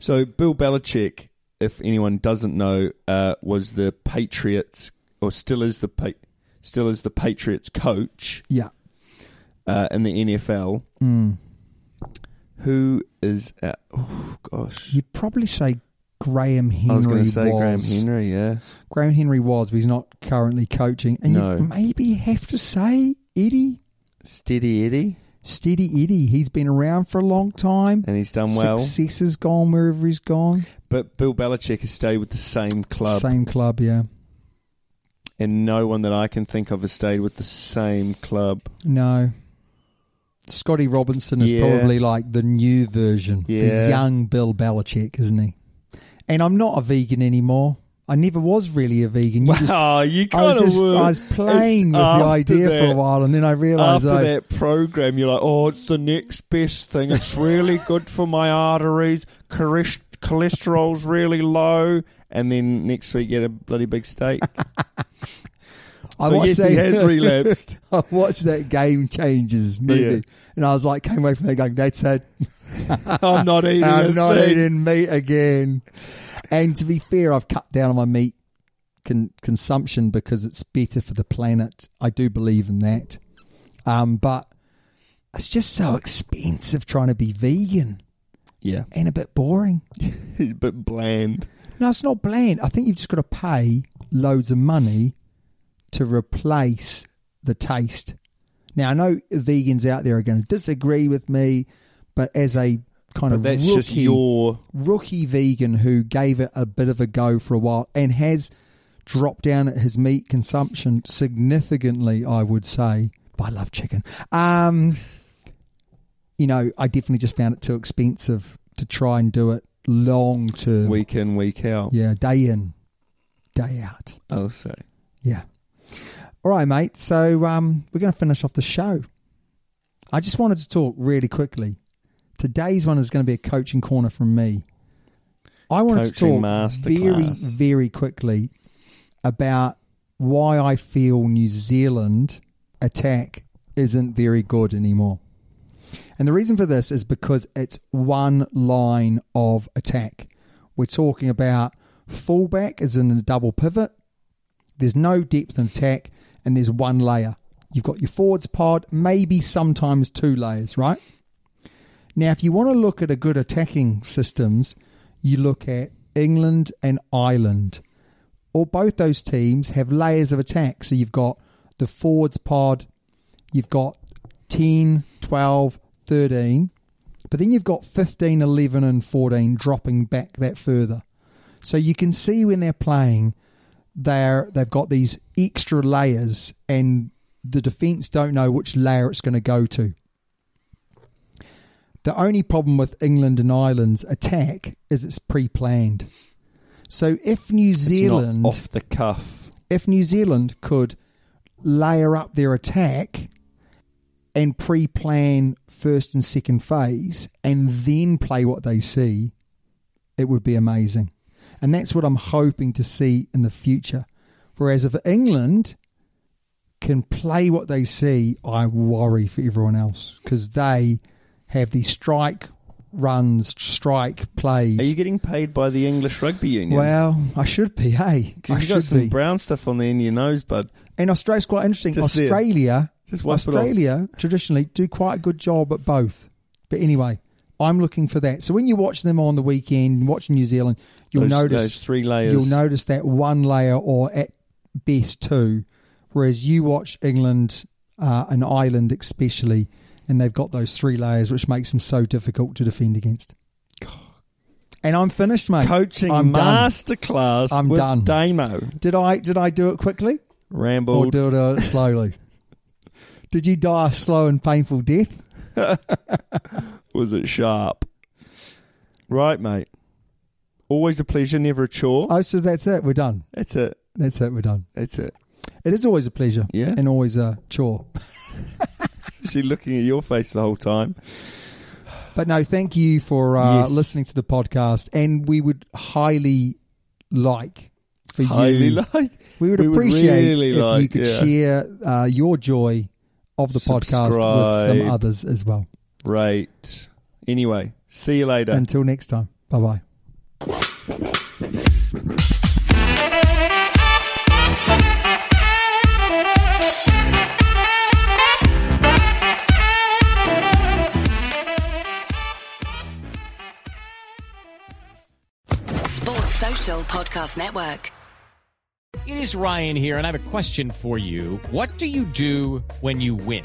S3: So Bill Belichick if anyone doesn't know, uh, was the Patriots or still is the pa- still is the Patriots coach
S2: Yeah.
S3: uh, in the NFL.
S2: Mm.
S3: Who is uh, oh gosh,
S2: You'd probably say Graham Henry
S3: I was going to say Graham
S2: was-
S3: Henry. Yeah,
S2: Graham Henry was, but he's not currently coaching. And
S3: No.
S2: you maybe have to say Eddie,
S3: Steady Eddie,
S2: Steady Eddie. He's been around for a long time.
S3: and he's done well.
S2: Success has gone wherever he's gone.
S3: But Bill Belichick has stayed with the same club,
S2: Same club, yeah.
S3: and no one that I can think of has stayed with the same club.
S2: No. Scotty Robinson is
S3: Yeah.
S2: probably like the new version,
S3: Yeah.
S2: the young Bill Belichick, isn't he? And I'm not a vegan anymore. I never was really a vegan. You
S3: *laughs*
S2: just-
S3: wow, Ah, you
S2: I
S3: kind
S2: was
S3: of
S2: just I was playing with the idea for a while, and then I realised
S3: After
S2: I
S3: that program, you're like, oh, it's the next best thing. It's really good for my arteries. Chorest- Cholesterol's really low. And then next week, get a bloody big steak.
S2: *laughs* I
S3: so,
S2: watched
S3: yes,
S2: that, *laughs*
S3: he has relapsed.
S2: I watched that Game Changers movie,
S3: Yeah.
S2: and I was like, came away from there going, "That's it.
S3: I'm not eating. a
S2: I'm not
S3: thing.
S2: eating meat again." And to be fair, I've cut down on my meat con- consumption because it's better for the planet. I do believe in that, um, but it's just so expensive trying to be vegan
S3: Yeah, *laughs*
S2: and a bit boring.
S3: he's a bit bland.
S2: No, it's not bland. I think you've just got to pay loads of money to replace the taste. Now, I know vegans out there are going to disagree with me, but as a kind of
S3: But that's
S2: rookie,
S3: just your.
S2: rookie vegan who gave it a bit of a go for a while and has dropped down at his meat consumption significantly, I would say. But I love chicken. Um, you know, I definitely just found it too expensive to try and do it long term.
S3: Week in, week out.
S2: Yeah, day in, day out.
S3: I'll say.
S2: Yeah. All right, mate. So um, we're going to finish off the show. I just wanted to talk really quickly. Today's one is going to be a coaching corner from me. I wanted
S3: Coaching
S2: to talk very,
S3: masterclass.
S2: very quickly about why I feel New Zealand attack isn't very good anymore. And the reason for this is because it's one line of attack. We're talking about fullback is in a double pivot. There's no depth in attack, and there's one layer. You've got your forwards pod, maybe sometimes two layers, right? Now, if you want to look at a good attacking systems, you look at England and Ireland. Or both those teams have layers of attack. So you've got the forwards pod, you've got 10, 12, 13, but then you've got 15, 11, and 14 dropping back that further. So you can see when they're playing, they're they've got these extra layers, and the defense don't know which layer it's going to go to. The only problem with England and Ireland's attack is it's pre-planned. So if New
S3: It's
S2: Zealand
S3: not off the cuff.
S2: if New Zealand could layer up their attack and pre plan first and second phase and then play what they see, it would be amazing. And that's what I'm hoping to see in the future. Whereas if England can play what they see, I worry for everyone else because they have the strike runs, strike plays.
S3: Are you getting paid by the English Rugby Union?
S2: well, I should be, hey. I
S3: Because you got
S2: should
S3: some
S2: be.
S3: brown stuff on the end of your nose, bud.
S2: And Australia's quite interesting.
S3: Just there.
S2: Australia,
S3: Just wipe it off.
S2: Australia traditionally do quite a good job at both. But anyway, I'm looking for that. So when you watch them on the weekend, watching New Zealand, you'll
S3: Those-
S2: notice
S3: those three layers.
S2: You'll notice that one layer or at best two, whereas you watch England uh, and Ireland especially, and they've got those three layers, which makes them so difficult to defend against. And I'm finished, mate.
S3: Coaching
S2: I'm done.
S3: masterclass.
S2: I'm
S3: with
S2: done.
S3: Damo
S2: Did I did I do it quickly? Or
S3: rambled.
S2: do it uh,
S3: *laughs*
S2: slowly. Did you die a slow and painful death?
S3: Was it sharp? Right, mate. Always a pleasure, never a chore.
S2: Oh, so that's it. We're done.
S3: That's it.
S2: That's it. We're done.
S3: That's it.
S2: It is always a pleasure.
S3: Yeah.
S2: And always a chore.
S3: Especially looking at your face the whole time.
S2: But no, thank you for uh,
S3: Yes.
S2: listening to the podcast. And we would highly like for
S3: Highly *laughs*
S2: you.
S3: like.
S2: we would
S3: we would
S2: appreciate
S3: really
S2: if you
S3: like,
S2: could
S3: yeah.
S2: share uh, your joy of the podcast with
S3: Subscribe.
S2: some others as well.
S3: Right. Anyway, see you later.
S2: Until next time. Bye bye.
S4: Sports Social Podcast Network.
S5: It is Ryan here, and I have a question for you. What do you do when you win?